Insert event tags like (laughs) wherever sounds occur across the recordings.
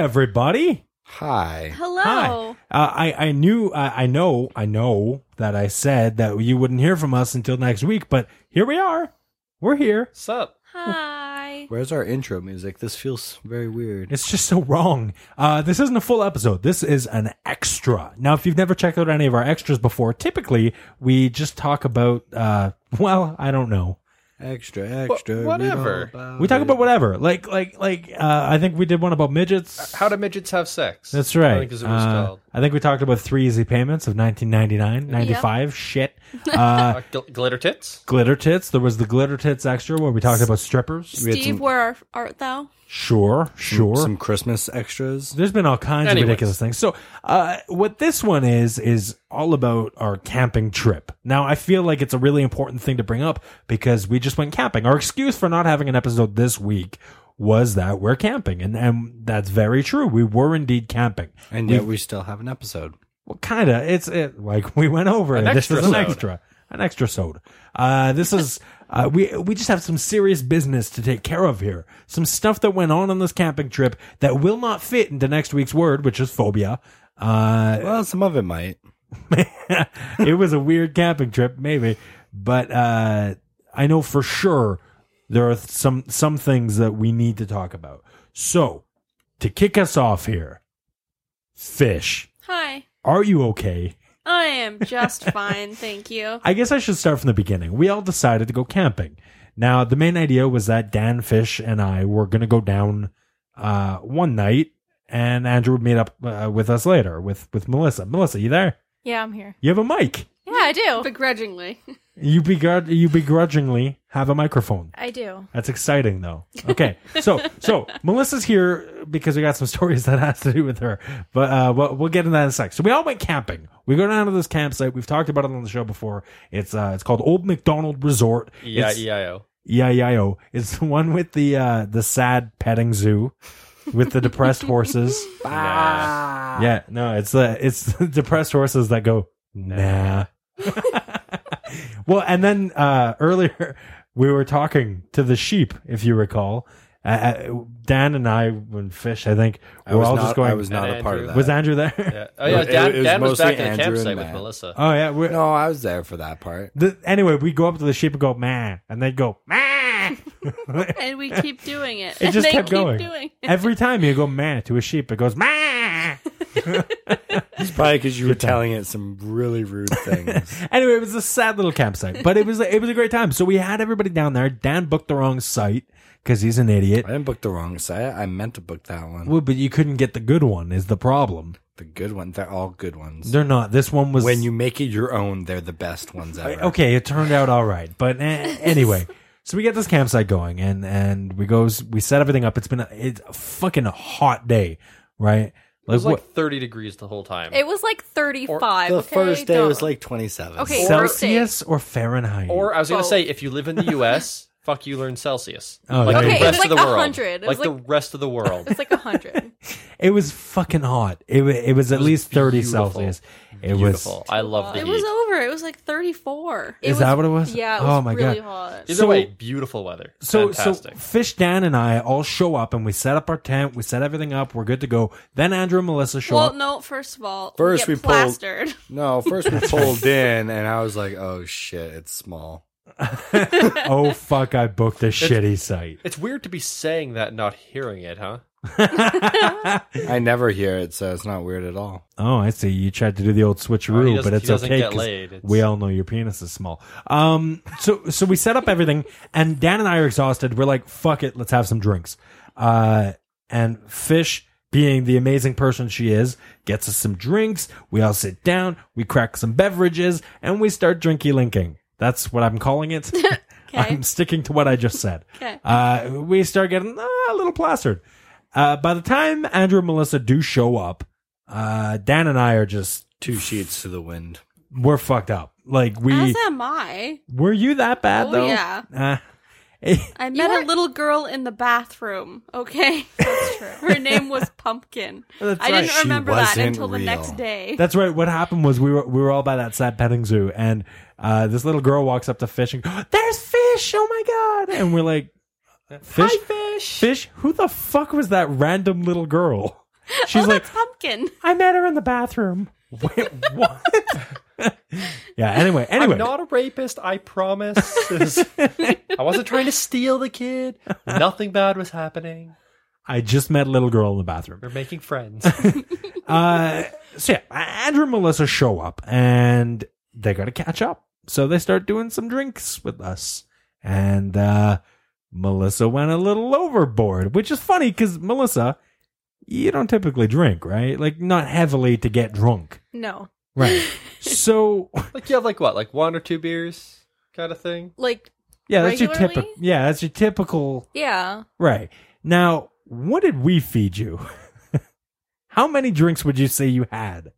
everybody. Hi. Hello. Hi. Uh, I I knew I, I know I know that I said that you wouldn't hear from us until next week, but here we are. We're here. Sup? Hi. Where's our intro music? This feels very weird. It's just so wrong. Uh, this isn't a full episode. This is an extra. Now, if you've never checked out any of our extras before, typically we just talk about uh, (laughs) well, I don't know. Extra, extra. Wha- whatever. read all about We talk it. about whatever. Like like like uh, I think we did one about midgets. How do midgets have sex? That's right. I think is what it's Uh, called. I think we talked about three easy payments of 1999, 95, shit. Uh, Uh, gl- glitter tits. glitter tits. There was the glitter tits extra where we talked about strippers. We had Steve, some- where art thou? Sure, sure. some Christmas extras. There's been all kinds Anyways. of ridiculous things. So, uh, what this one is is all about our camping trip. Now, I feel like it's a really important thing to bring up because we just went camping. Our excuse for not having an episode this week was that we're camping, and and that's very true. We were indeed camping. And yet we still have an episode. Well, kind of. It's it, like we went over. An it. this is an extra-sode. extra, an extra soda. Uh, this is uh, we we just have some serious business to take care of here. Some stuff that went on on this camping trip that will not fit into next week's word, which is phobia. Uh, (laughs) Well, some of it might. it was a weird camping trip, maybe, but uh, I know for sure there are some some things that we need to talk about. So to kick us off here, fish, Hi. are you okay? I am just fine, thank you. I guess I should start from the beginning. We all decided to go camping. Now, the main idea was that Dan Fish and I were going to go down uh, one night, and Andrew would meet up uh, with us later with with Melissa. Melissa, you there? Yeah, I'm here. You have a mic. Yeah, I do. (laughs) Begrudgingly. You begrud- you begrudgingly have a microphone. I do. That's exciting, though. Okay, so so Melissa's here because we got some (laughs) stories that has to do with her, but uh, we'll, we'll get into that in a sec. So we all went camping. We go down to this campsite. We've talked about it on the show before. It's uh, it's called Old McDonald Resort. Yeah, E It's- EIO. E EIO. It's the one with the uh, the sad petting zoo with the depressed horses. Nah. Yeah, no, it's the it's the depressed horses that go nah. (laughs) well, and then uh, earlier we were talking to the sheep, if you recall. Uh, Uh, Dan and I, when fish, I think I we're was all not, just going. I was not a part of Andrew. that. Was Andrew there? Yeah. Oh yeah, It- Dan, it was Dan was mostly back at the Andrew and campsite with Matt. Melissa. (laughs) Oh yeah. We're, No, I was there for that part. the, anyway, we go up to the sheep and go man, and they go man. And we keep doing it. It and just they kept keep going. doing it. Every time you go man to a sheep, it goes man. It's probably because you were telling it some really (laughs) rude things. Anyway, it was a sad little campsite, but it was it was a great time. So we had everybody down there. Dan booked the wrong site because he's an idiot. I didn't book the wrong site. I meant to book that one. Well, but you couldn't get the good one is the problem. The good one. They're all good ones. They're not. This one was when you make it your own, they're the best ones ever. okay. It turned out all right, (laughs) but eh, anyway. So we get this campsite going, and and we goes we set everything up. It's been a, it's a fucking hot day, right? It was what like 30 degrees the whole time. It was like 35. The okay? first day Don't- was like 27. Okay. was four Celsius or Fahrenheit? or I was going to Both. say, if you live in the U.S., (laughs) fuck you, learn Celsius. Oh, like there you the go. rest Okay, it was of the like world. 100. It Like was the like- rest of the (laughs) world. It's like (laughs) 100. it was fucking hot. It wa- it was at least thirty beautiful. Celsius. It Beautiful. was. I love the It heat. was over. It was like 34. Is that what it was? Yeah, it was Oh my really God. hot. Either so- way, beautiful weather. So, Fantastic. so Fish Dan and I all show up and we set up our tent, we set everything up, we're good to go. Then Andrew and Melissa show Well, (laughs) up. no, first of all, First we, we get pulled- plastered. No, first we pulled in, and I was like, "Oh shit, it's small." Oh fuck, I booked a shitty site. it's weird to be saying that and not hearing it, huh? I never hear it, so it's not weird at all. Oh, I see. You tried to do the old Oh, he switcheroo, doesn't- but it's he doesn't okay. get 'cause laid. It's- We all know your penis is small. Um, so so we set up everything, and Dan and I are exhausted. We're like, fuck it, let's have some drinks. Uh, and Fish, being the amazing person she is, gets us some drinks. We all sit down, we crack some beverages, and we start drinky linking. That's what I'm calling it. (laughs) I'm sticking to what I just said. 'Kay. Uh, we start getting uh, a little plastered. Uh, by the time Andrew and Melissa do show up, uh, Dan and I are just Two sheets to the wind. we're fucked up. Like we As am I. were you that bad Oh, though? yeah. Uh, (laughs) I met a little girl in the bathroom, (laughs) okay? That's true. Her name was Pumpkin. That's I right. didn't She remember that wasn't until the real. next day. Oh, That's right. What happened was we were we were all by that sad petting zoo, and uh, this little girl walks up to fish and goes, "There's fish! Oh my god!" (laughs) And we're like, "Fish, fish, fish! Who the fuck was that random little girl?" She's oh, like, that's pumpkin. I met her in the (laughs) bathroom. Wait, what? (laughs) yeah. Anyway, anyway, I'm not a rapist, I promise. I wasn't trying to steal the kid. Nothing bad was happening. I just met a little girl in the bathroom. We're making friends. Uh, so yeah, Andrew and Melissa show up and they got to catch up. So they start doing some drinks with us. And uh, Melissa went a little overboard, which is funny because Melissa, you don't typically drink, right? Like, not heavily to get drunk. No. (laughs) Right. so, like you have like what, like one or two beers kind of thing? Like, yeah, that's your typical. Regularly? Yeah, that's your typical. yeah. Right. Now, what did we feed you? (laughs) How many drinks would you say you had?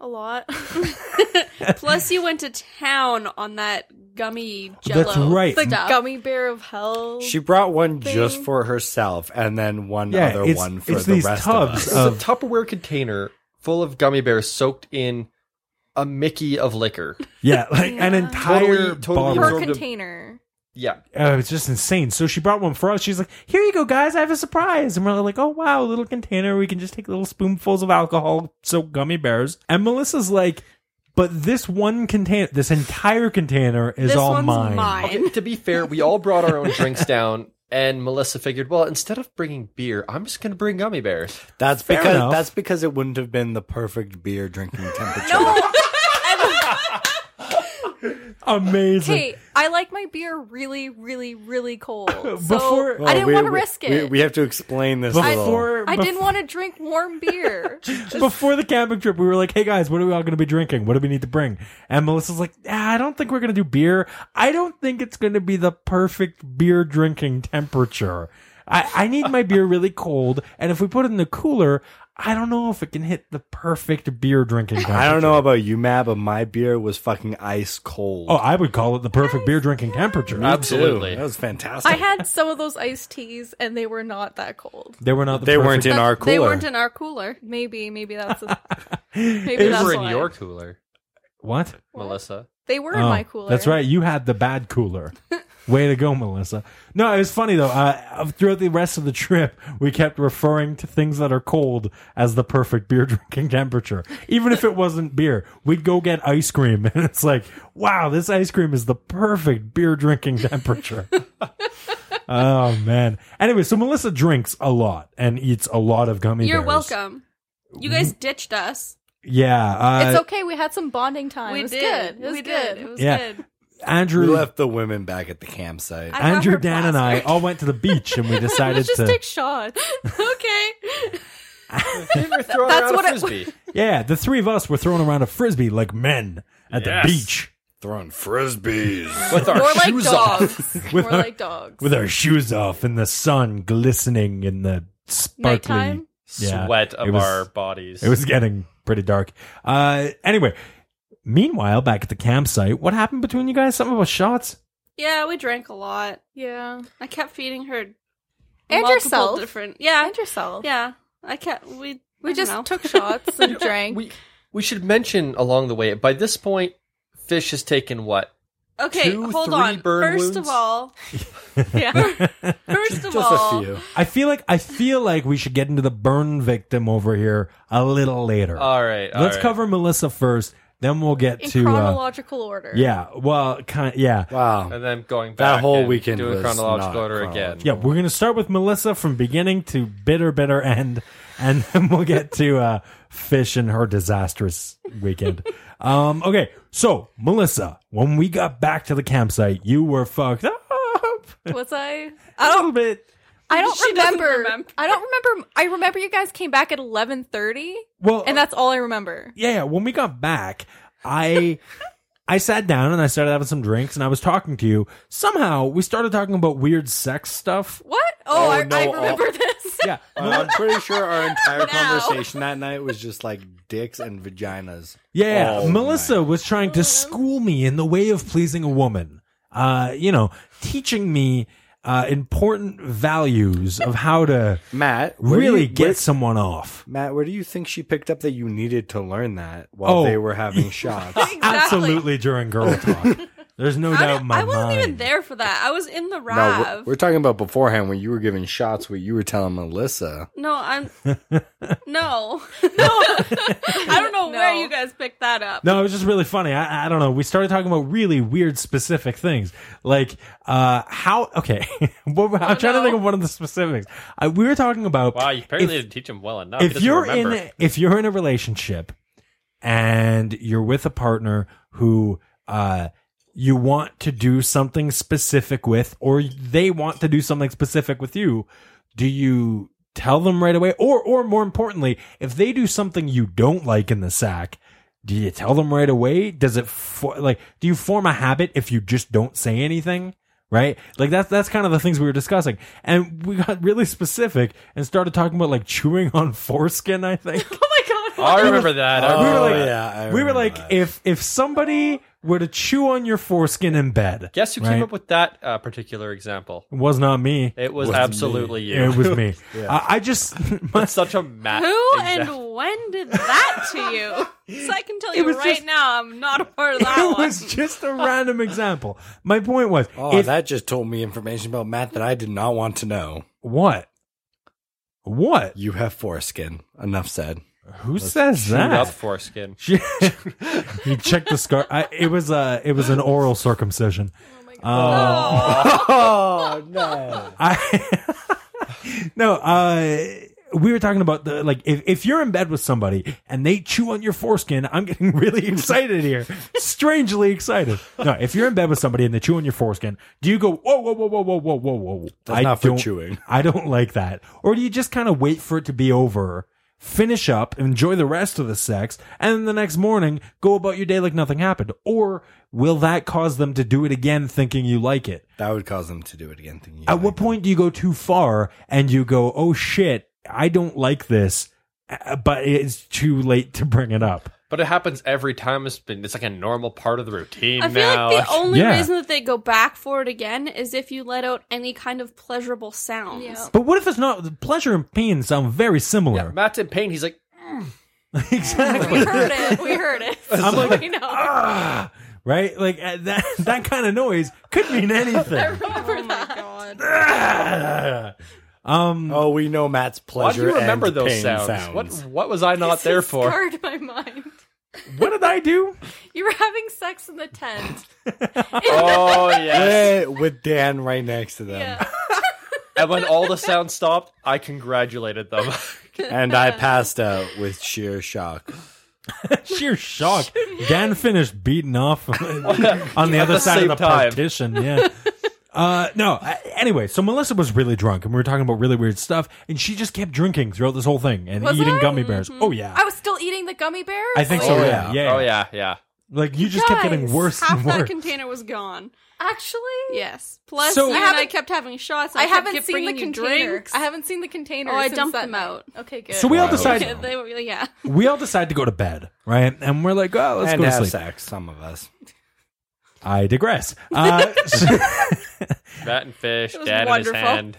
A lot. Plus, you went to town on that gummy jello. That's right. The Stuff. gummy bear of hell. She brought one just Thing. for herself and then one Yeah, other it's- one for it's the these rest tubs of us. of- It's a Tupperware container full of gummy bears soaked in a Mickey of liquor. Yeah, like an Yeah. entire Totally- totally bottle. per absorbed a- container. Yeah. Oh, it's just insane. So she brought one for us. She's like, "Here you go, guys. I have a surprise." And we're like, "Oh wow, a little container. We can just take little spoonfuls of alcohol, soak gummy bears." And Melissa's like, "But this one container, this entire container is this all one's mine." mine. Okay, to be fair, we all brought our own drinks down, and Melissa figured, well, instead of bringing beer, I'm just going to bring gummy bears. That's Uh, Fair because enough. that's because it wouldn't have been the perfect beer (laughs) drinking temperature. Amazing. Hey, I like my beer really, really, (laughs) really cold. So Before- I Well, didn't Oh, we- want to we- risk We, it. we have to explain this little- Before, I bef- didn't want to drink warm (laughs) beer. before the camping trip, we were like, "Hey guys, what are we all going to be drinking? What do we need to bring?" And Melissa's like, ah, "I don't think we're going to do beer. I don't think it's going to be the perfect beer drinking temperature. I, I need my beer really cold, and if we put it in the cooler, I don't know if it can hit the perfect beer drinking temperature. I don't know about you, Matt, but my beer was fucking ice cold. Oh, I would call it the perfect beer drinking temperature. Me too. absolutely. That was fantastic. I had some of those iced teas, and they were not that cold. They were not. The they weren't in That- our They cooler. weren't in our cooler. Maybe, maybe (laughs) that's. A, Maybe maybe They that's were in why. your cooler, what? (laughs) Melissa. They were in Oh, my cooler. That's right. You had the bad (laughs) cooler. Way to go, Melissa. No, it was funny though. Uh, throughout the rest of the trip, we kept referring to things that are cold as the perfect beer (laughs) drinking temperature. Even if it wasn't beer, we'd go get ice cream, (laughs) and it's like, wow, this ice cream is the perfect beer drinking (laughs) temperature. oh man. Anyway, so Melissa drinks a lot and eats a lot of gummy You're bears. welcome. You guys ditched us. Yeah. Uh, It's okay. We had some bonding time. we it was did. good. It was we good. did. It was Yeah. good. Andrew. we left the women back at the campsite. I got Andrew, her Dan, and I plastic. all went to the beach, and (laughs) we decided Let's just to take shots. (laughs) okay. Throwing That's around a what it frisbee. Yeah, the three of us were throwing around a frisbee like men at Yes. the beach Throwing frisbees. with our More like shoes off. (laughs) dogs. More With our- like dogs. with our shoes off and the sun glistening in the sparkly. Nighttime. Yeah, Sweat it of was- our bodies. It was getting pretty dark. Uh, anyway, meanwhile, back at the campsite, what happened between you guys? Something about shots? (laughs) Yeah, we drank a lot. Yeah. I kept feeding her And multiple yourself. different. Yeah, And yourself. yeah. I kept we We I don't just know. took shots (laughs) and drank. We, we should mention along the way, by this point, Fish has taken what? okay. two, hold three on. burn First wounds? of all, yeah. first of Just all, a few. I feel like I feel like we should get into the burn victim over here a little later. All right. Uh, all Let's right. cover Melissa first, then we'll get In to uh, chronological order. yeah. Well, kind yeah. Wow. And then going back. That whole and weekend Doing was not chronological order again. chronological. Yeah, we're gonna start with Melissa from beginning to bitter, bitter end, and (laughs) then we'll get to uh, Fish and her disastrous (laughs) weekend. um, okay, so Melissa, when we got back to the campsite, you were fucked up Was I? a little bit. I don't She doesn't remember. remember. I don't remember. I remember you guys came back at eleven thirty, Well, and that's all I remember. yeah, yeah, when we got back, (laughs) I. I sat down and I started having some drinks and I was talking to you. Somehow we started talking about weird sex stuff. What? Oh, Oh, I, no, I all- remember this. uh, (laughs) Yeah. Uh, I'm pretty sure our entire Now. conversation that night was just like dicks and vaginas. Yeah, all Melissa night. was trying to school me in the way of pleasing a woman. Uh, you know, teaching me uh, important values of how to Matt where do really you- get where- someone off. Matt, where do you think she picked up that you needed to learn that while Oh. they were having shots? Exactly. Absolutely during girl talk. There's no I, doubt in my I wasn't mind. even there for that. I was in the No, Rav. we're, we're talking about beforehand when you were giving shots. What you were telling Melissa? no, (laughs) (laughs) I'm no. I don't know where No. you guys picked that up. No, it was just really funny. I, I don't know. We started talking about really weird, specific things, like uh, how. Okay, (laughs) What- I'm trying to no. think of one of the specifics. I, we were talking about Wow, you apparently If- didn't teach him well enough. He if doesn't you're remember. in if you're in a relationship and you're with a partner who uh, you want to do something specific with, or they want to do something specific with you, do you tell them right away? Or, or more importantly, if they do something you don't like in the sack, do you tell them right away? Does it for, like do you form a habit if you just don't say anything? Right? Like that's that's kind of the things we were discussing. And we got really specific and started talking about like chewing on foreskin, I think. (laughs) oh (laughs) my god. I remember that. we I were remember like- that. yeah, I we were remember like, that. if if somebody were to chew on your foreskin in bed, Guess who right? came up with that uh, particular example? it was not me. It was Wasn't me. absolutely you. It was me. I, I just (laughs) (laughs) That's such a mad. Who example. and when did that to (laughs) you? So I can tell It you was right just- now, I'm not a part of that it one. was just a random example. My point was, oh, if, that just told me information about Matt that I did not want to know. what? What? You have foreskin. Enough said. Who says that? (laughs) up foreskin? She, he checked the scar. I, it was a it was an oral circumcision. Um, Oh no! I (laughs) no. Uh, we were talking about the like if if you're in bed with somebody and they chew on your foreskin, I'm getting (laughs) really excited here, strangely excited. No, if you're in bed with somebody and they chew on your foreskin, do you go whoa whoa whoa whoa whoa whoa whoa whoa? That's not for don't- chewing. (laughs) I don't like that. Or do you just kind of wait for it to be over, finish up, enjoy the rest of the sex, and then the next morning go about your day like nothing happened? Or will that cause them to do it again thinking you like it? That would cause them to do it again. Thinking you At what point do you go too far and you go, oh shit, I don't like this, uh, but it's too late to bring it up? But it happens every time. It's been it's like a normal part of the routine I feel now. like the only Yeah. reason that they go back for it again is if you let out any kind of pleasurable sounds. Oh Yeah. But what if it's not? the Pleasure and pain sound very Yeah, similar. Matt's in pain. He's like, We (laughs) exactly. heard it. We heard it. (laughs) I'm So like, we know. ah, right? Like uh, that, (laughs) that kind of noise could mean (laughs) anything. Oh my (laughs) god. Ah. um, Oh, we know Matt's why do pleasure. you remember and those pain sounds? sounds? What what was I not there for? Scarred my mind. what did I do? You were having sex in the tent. Oh (laughs) yes. Yeah, Eh, with Dan right next to them, Yeah. and when all the sounds stopped, I congratulated them. and I passed out with sheer shock. Sheer shock. Dan finished beating off (laughs) on the other the side of same the time. partition. Yeah. (laughs) Uh, no. I- Anyway, so Melissa was really drunk, and we were talking about really weird stuff, and she just kept drinking throughout this whole thing and Was eating I? gummy bears. Oh yeah, I was still eating the gummy bears. I think Like, so. Oh, yeah. (laughs) yeah. yeah, Oh yeah, yeah. Like you just kept getting Guys, worse Half and that worse. container was gone. Actually, Yes. Plus, So- you I and I haven't- kept having shots. and I kept haven't get- seen the bringing you container. drinks. I haven't seen the container. Oh, I since dumped that them night. out. Okay, good. so we all (laughs) Wow. Yeah, decide they were- yeah. (laughs) we all decide to go to bed, right? And we're like, oh, let's and go to have sleep. sex, some of us. I digress. (laughs) Uh, Matt and fish, was dad wonderful. in his hand.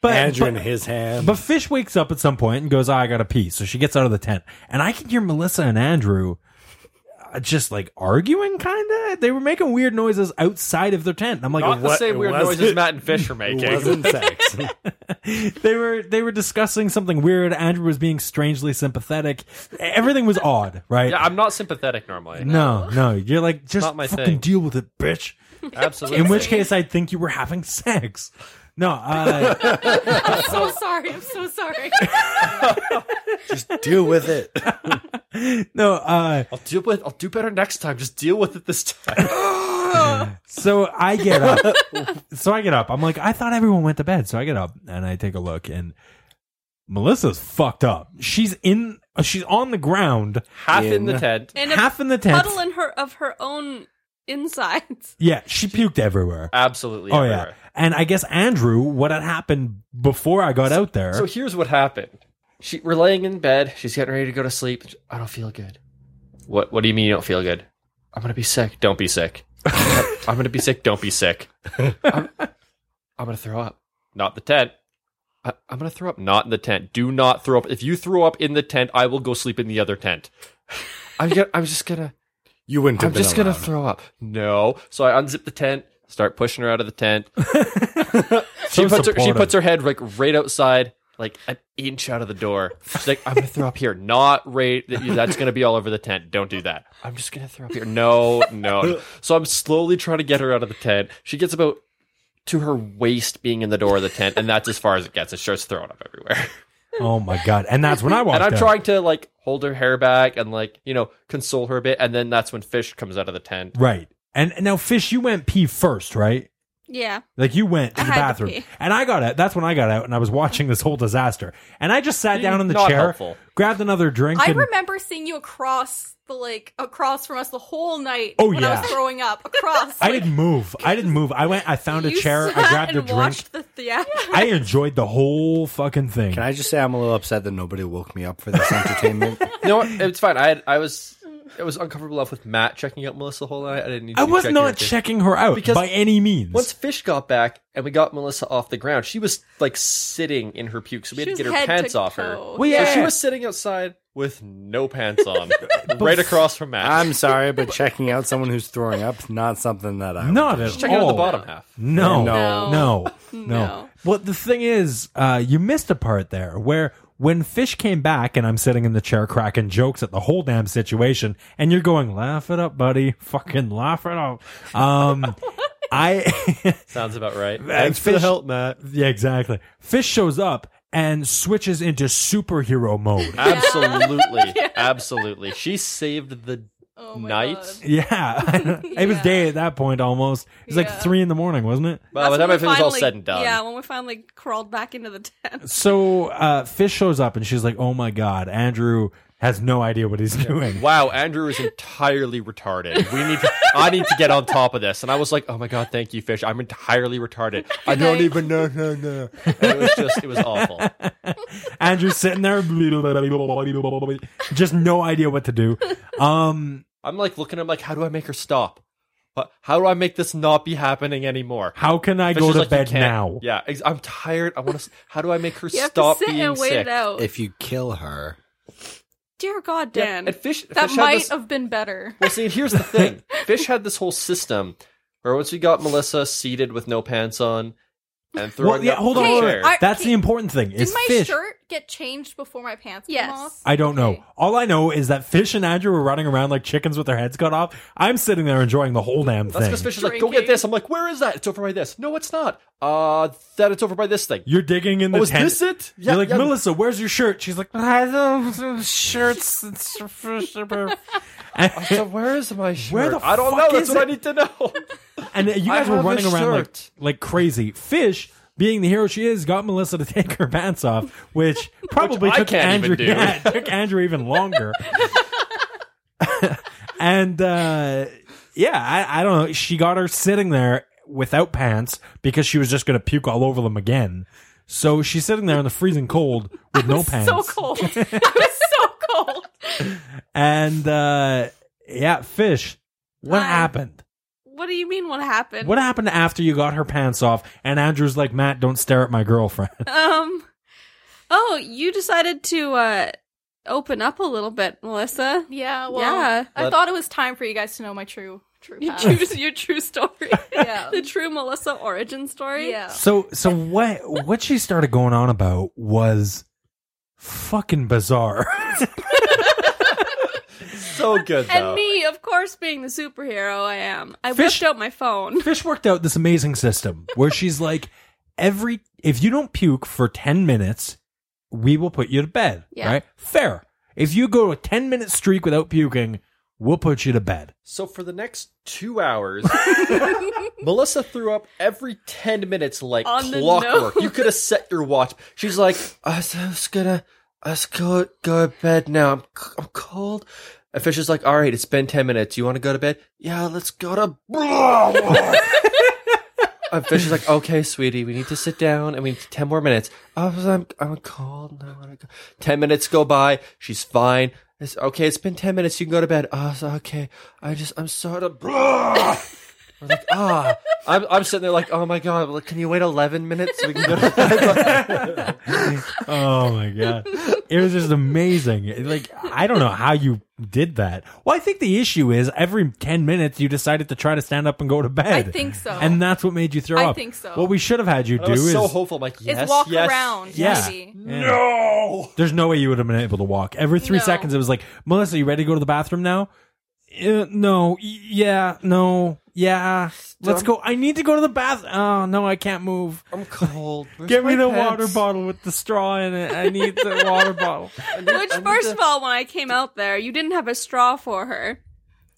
but Andrew but- in his hand. But Fish wakes up at some point and goes, "Ah, I gotta pee. So she gets out of the tent. And I can hear Melissa and Andrew uh, just like arguing, kinda. They were making weird noises outside of their tent. And I'm like, Not the What- same it weird wasn't- noises Matt and Fish are it making. wasn't (laughs) sex. they were they were discussing something weird. Andrew was being strangely sympathetic. Everything was odd, right? Yeah, I'm not sympathetic normally. no, no. You're like, just not my fucking thing. deal with it, bitch. Absolutely. In which case I'd think you were having sex. No, uh, (laughs) I'm so sorry. I'm so sorry. Just deal with it. no, uh, I'll do with I'll do better next time. Just deal with it this time. (laughs) So I get up. so I get up. I'm like, I thought everyone went to bed. So I get up and I take a look, and Melissa's fucked up. She's in. uh, She's on the ground, Half in the In- tent. And a half in the tent. puddle in her of her own insides. Yeah, she puked everywhere. Absolutely. Oh everywhere. yeah, and I guess Andrew, what had happened before I got out there? So here's what happened. She we're laying in bed. She's getting ready to go to sleep. I don't feel good. What What do you mean you don't feel good? I'm gonna be sick. Don't be (laughs) sick. I'm gonna be sick. Don't be sick. I'm, I'm gonna throw up. Not the tent. I, I'm gonna throw up. Not in the tent. Do not throw up. If you throw up in the tent, I will go sleep in the other tent. I'm. Gonna, I'm just gonna. You wouldn't have I'm been just gonna allowed. throw up. No. So I unzip the tent, start pushing her out of the (laughs) tent. she So puts her, she supportive. puts her head like right outside, like an inch out of the door. She's like, I'm gonna throw up here. Not right. That's gonna be all over the tent. Don't do that. I'm just gonna throw up here. No, no. no. So I'm slowly trying to get her out of the tent. She gets about to her waist being in the door of the tent, and that's as far as it gets. It starts throwing up everywhere. Oh my god! And that's when I walked. and I'm in. trying to like hold her hair back and like you know console her a bit, and then that's when Fish comes out of the tent. Right. And, and now, Fish, you went pee first, right? Yeah. Like you went to I the had to bathroom, pee. and I got out. That's when I got out, and I was watching this whole disaster. And I just sat down in the Not chair, helpful. grabbed another drink. I and, remember seeing you across the like across from us the whole night Oh, when I yeah. was throwing up. Across. (laughs) I like, didn't move. I didn't move. I went. I found a you chair. sat I grabbed a and drink. watched the theater. I enjoyed the whole fucking thing. Can I just say I'm a little upset that nobody woke me up for this (laughs) entertainment? You know what? It's fine. I I was it was uncomfortable enough with Matt checking out Melissa the whole night. I didn't need. I you to was check not out. checking her out Because by any means. Once Fish got back and we got Melissa off the ground, she was like sitting in her puke, so we had She was to get her head pants to off her. toe. well, So yeah, she was sitting outside with no (laughs) pants on, right across from Matt. I'm sorry, but checking out someone who's throwing up is not something that I would not do. at checking out all. the bottom half. No, no, No. no, (laughs) no. No. Well, the thing is, uh, you missed a part there where when Fish came back and I'm sitting in the chair cracking jokes at the whole damn situation, and you're going, laugh it up, buddy, fucking laugh it up. (laughs) Um, I. (laughs) Sounds about right. Thanks for the Fish- help, Matt. Yeah, exactly. Fish shows up and switches into superhero (laughs) mode. (laughs) Absolutely, absolutely. She saved the Oh my night. God. Yeah, (laughs) it was Yeah. day at that point almost. It was like Yeah. three in the morning, wasn't it? By the That's time when we everything was all finally- said and done, Yeah, when we finally crawled back into the tent. So uh, Fish shows up and she's like, "Oh my god, Andrew has no idea what he's doing." wow, Andrew is entirely retarded. We need. To, I need to get on top of this. And I was like, oh my god, thank you, Fish. I'm entirely retarded. I don't night. even know. No, no. And It was just. It was awful. Andrew's sitting there, just no idea what to do. Um, I'm like looking. I'm like, how do I make her stop? What- How do I make this not be happening anymore? how can I Fish go is to like, you bed can't- now? Yeah, ex- I'm tired. I want to. How do I make her You have to stop sit being and wait sick? it out. If you kill her, Dear God, Yeah, Dan. and Fish. that Fish had might this- have been better. Well, see, (laughs) here's the thing. Fish had this whole system where once we got Melissa seated with no pants on and throwing Well, yeah, up hold on. in the Hey, hold chair. on. I- That's can- the important thing. Did Is my Fish? shirt get changed before my pants Yes. came off? I don't know. Okay. All I know is that Fish and Andrew were running around like chickens with their heads cut off. I'm sitting there enjoying the whole damn That's thing. because Fish is like, go get Drinking. this. I'm like, where is that? It's over by this. No, it's not. Uh, that it's over by this thing. You're digging in the Oh, is tent. this it? You're like, yeah. Melissa, where's your shirt? She's like, I don't have shirts. It's Fish. So where is my shirt? Where the I don't fuck know. That's is what I it? need (laughs) to know. And uh, you I guys were have a running around like, shirt. like crazy. Fish, being the hero she is, got Melissa to take her pants off, (laughs) which probably I took can't Andrew. even do. Yeah, it took Andrew even (laughs) longer. and uh, yeah, I, I don't know. She got her sitting there without pants because she was just going to puke all over them again. So she's sitting there in the freezing cold with (laughs) no pants. (laughs) So cold. (laughs) I was so cold. And uh, yeah, Fish, what Hi. happened? (laughs) What do you mean? What happened? What happened after you got her pants off? And Andrew's like, Matt, don't stare at my girlfriend. (laughs) (laughs) Um. Oh, you decided to uh open up a little bit, Melissa. Yeah, well, Yeah. Uh, I Let- thought it was time for you guys to know my true, true (laughs) Your path. true, your true (laughs) story. Yeah. the true Melissa origin story. (laughs) yeah. so, so what? What she started going on about was fucking bizarre. (laughs) so good And though. me, of course, being the superhero I am, I Fish- whipped out my phone. Fish worked out this amazing system where she's like, every if you don't puke for ten minutes, we will put you to bed. Yeah. Right? Fair. If you go a ten minute streak without puking, we'll put you to bed. So for the next two hours, (laughs) Melissa threw up every ten minutes like On the clockwork. nose. You could have set your watch. She's like, I was, I was gonna, I was go go to bed now. I'm c- I'm cold. And Fish is like, all right, it's been ten minutes. You want to go to bed? Yeah, let's go (laughs) to. and Fish is like, okay, sweetie, we need to sit down and we need ten more minutes. I was, I'm I'm cold. And I want to go. Ten minutes go by. She's fine. It's, okay, it's been ten minutes. You can go to bed. Oh, it's okay. I just I'm sort of. We're like, ah, I'm, I'm sitting there like, oh my god, like, can you wait 11 minutes so we can (laughs) go to bed? oh my god it was just amazing It- like i don't know how you did that well i think the issue is every 10 minutes you decided to try to stand up and go to bed I think so. and that's what made you throw I up think so. what we should have had you I do was is so hopeful. I'm like, yes, is walk yes. around. Yeah. (laughs) Maybe. no there's no way you would have been able to walk every three No. seconds it was like melissa you ready to go to the bathroom now "Uh, no Y- yeah no yeah let's go i need to go to the bath oh no i can't move I'm cold. Where's Get me my the pants? water bottle with the straw in it. I need the water bottle. I need- (laughs) Which, I need first to- of all, when I came out there, you didn't have a straw for her.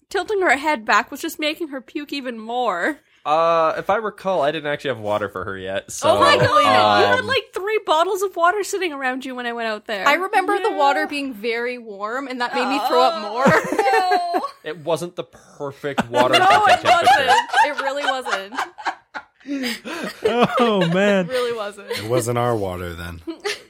Tilting her head back was just making her puke even more. Uh, if I recall, I didn't actually have water for her yet. So, oh my god, you had um, like three bottles of water sitting around you when I went out there. I remember the water being very warm, and that made me throw up more. (laughs) no, It wasn't (laughs) the perfect water. no, it drinking temperature. wasn't. (laughs) It really wasn't. (laughs) Oh man, It really wasn't. It wasn't our water then.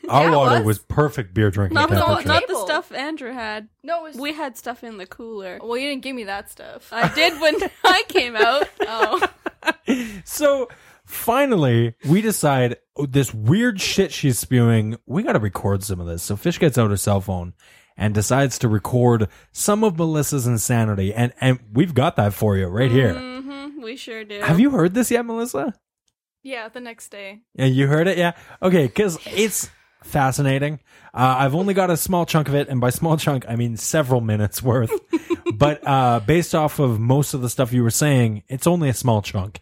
Our Yeah, it water was. was perfect beer drinking not the, temperature. not the Table. stuff Andrew had. No, it was. We had stuff in the cooler. well, you didn't give me that stuff. I did when (laughs) I came (laughs) out. Um, oh, so finally, we decide oh, this weird shit she's spewing. We got to record some of this. So Fish gets out her cell phone and decides to record some of Melissa's insanity, and and we've got that for you right here. hmm we sure did. Have you heard this yet, Melissa? yeah. The next day, Yeah, you heard it. Yeah, okay, because it's fascinating. Uh, I've only got a small chunk of it, and by small chunk, I mean several minutes (laughs) worth. but uh, based off of most of the stuff you were saying, it's only a small chunk.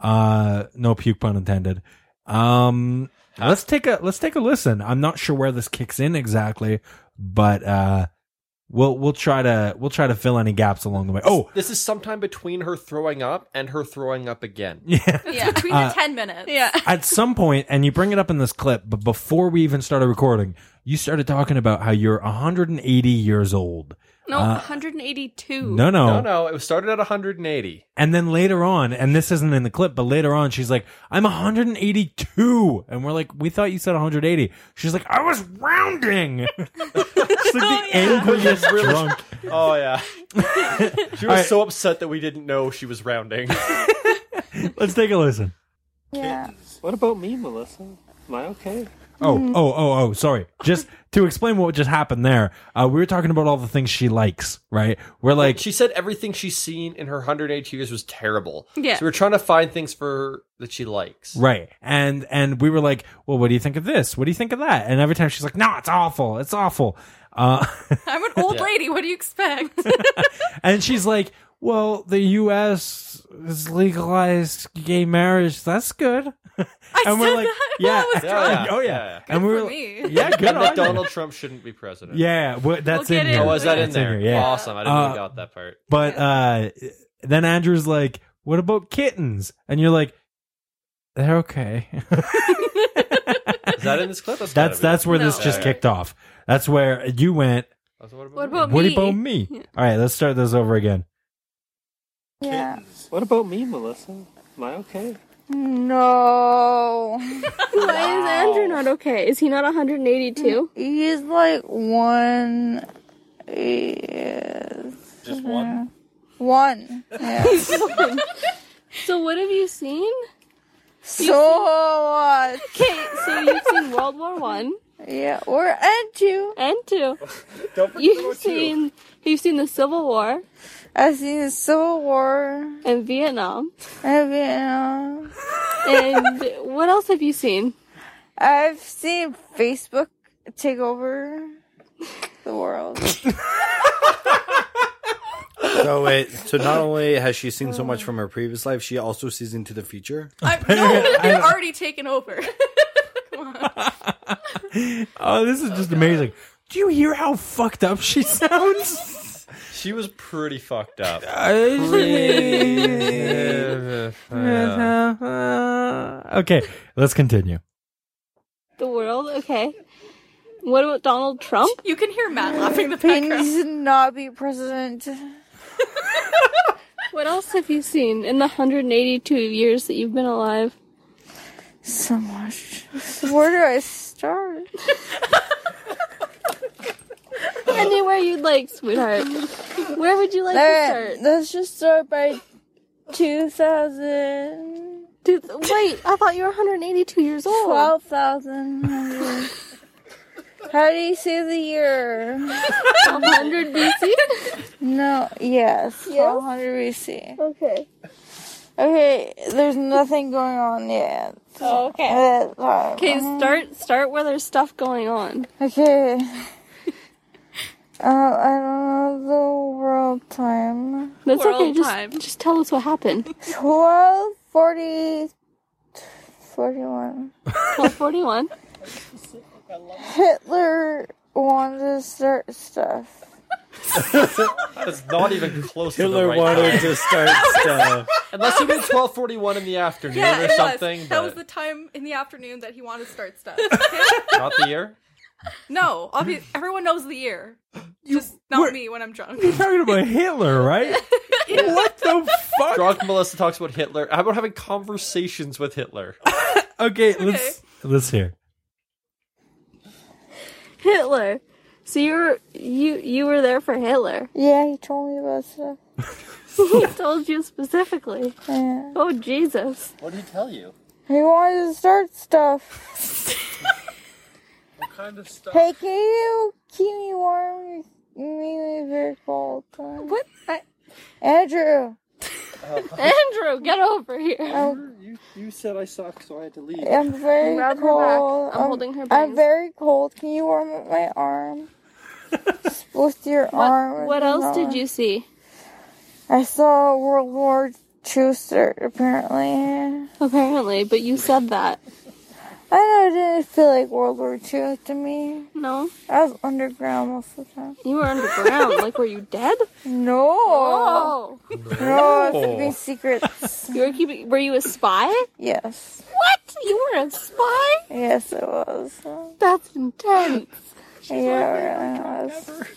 Uh, no puke pun intended. Um, let's take a let's take a listen. I'm not sure where this kicks in exactly, but uh, we'll we'll try to we'll try to fill any gaps along the way. Oh, (laughs) This is sometime between her throwing up and her throwing up again. yeah. (laughs) yeah, between Uh, the ten minutes. Yeah. at some point, and you bring it up in this clip, but before we even started recording, you started talking about how you're 180 years old. No, Uh, 182. No, no. No, no, it was started at 180. And then later on, and this isn't in the clip, but later on, she's like, I'm 182. And we're like, we thought you said 180. She's like, I was rounding. (laughs) it's like the angriest drunk. (laughs) Oh yeah, she was right. so upset that we didn't know she was rounding. Let's take a listen. What about me, Melissa? Am I okay? Oh, Mm-hmm. oh, oh, oh, sorry. Just to explain what just happened there, uh, we were talking about all the things she likes, right? We're like, (laughs) she said everything she's seen in her 180 years was terrible. Yeah. So we're trying to find things for her that she likes. Right. And and we were like, well, what do you think of this? What do you think of that? And every time she's like, no, it's awful. It's awful. Uh, (laughs) (laughs) I'm an old lady. What do you expect? and she's like, well, the U.S. has legalized gay marriage. That's good. (laughs) I and we're said like, that (laughs) yeah, while I was yeah, drunk. yeah, oh yeah. Yeah, yeah. and we were, (laughs) for me. yeah, (laughs) good And on that you. Donald Trump shouldn't be president. Yeah, well, that's We'll in get here. it. Oh, was that in That's there? yeah. Awesome. I didn't Uh, even got that part. But uh, then Andrew's like, "What about kittens?" And you're like, "They're okay." (laughs) Is that in this clip? gotta that's be. that's where this No. just Yeah. kicked off. That's where you went. That's what What about about What me? about me? (laughs) All right, let's start this over again. What about me, Melissa? Am I okay? No. Why is Andrew not okay? Is he not 182? Mm. He's like one. Yes. Just one. One. Yes. So what have you seen? so what? Okay, so you've seen World War One Yeah, or and two. and two. You've seen you've seen the Civil War I seen the Civil War. and Vietnam. I've been, uh, And (laughs) what else have you seen? I've seen Facebook take over (laughs) the world. So it so not only has she seen so much from her previous life, she also sees into the (laughs) future. I, (laughs) no, they're already taken over. (laughs) Oh, this is just amazing. Do you hear how fucked up she (laughs) sounds? (laughs) She was pretty fucked up. (laughs) okay, let's continue. The world, okay. What about Donald Trump? You can (laughs) hear Matt laughing in the Pink background. should not be president. What else have you seen in the 182 years that you've been alive? So much. Where do I start? Anywhere you'd like, sweetheart. Where would you like to Alright, start? let's just start by 2,000. Dude, wait, I thought you were 182 years old. 12,000. How do you say the year? 100 BC? No, yes. Yes? 400 BC. Okay. Okay, there's nothing going on yet. uh, okay. At that time. Okay, start start where there's stuff going on. Okay. Uh, I don't know the world time. That's World oh okay. Just time. just tell us what (laughs) happened. 1240 41. 1241. Hitler wanted to start stuff. That's not even close to the Hitler right wanted time. to start stuff. (laughs) Unless you did 1241 in the afternoon Yeah, or it something, was. (laughs) That but was the time in the afternoon that he wanted to start (laughs) stuff. not the year. no, obvi- everyone knows the year. Just not me when (laughs) I'm drunk. You're talking about Hitler, (laughs) right? What the fuck? Drunk Melissa talks about Hitler. How about having conversations with Hitler? Okay, let's let's hear. Hitler. So you were you you were there for (laughs) Hitler. Yeah, he told me about stuff. He told you specifically. Yeah. Oh Jesus. What did he tell you? He wanted to start stuff. What kind of stuff? Hey, can you keep me warm? You make me very cold. What? Andrew, Andrew, get over here. You, you said I suck, so I had to leave. I'm very Grab her back. cold. I'm holding her bangs. I'm very cold. Can you warm up my arm? With your (laughs) What, arm. what else did you see? I saw World War II start. Apparently, Apparently, but you said that. I know it didn't feel like World War II to me. No, I was underground most of the time. you were underground. like, were you dead? No, Oh, no, it's keeping secrets. you were keeping. Were you a spy? yes, What? You were a spy? yes, it was. That's intense. Yeah, right.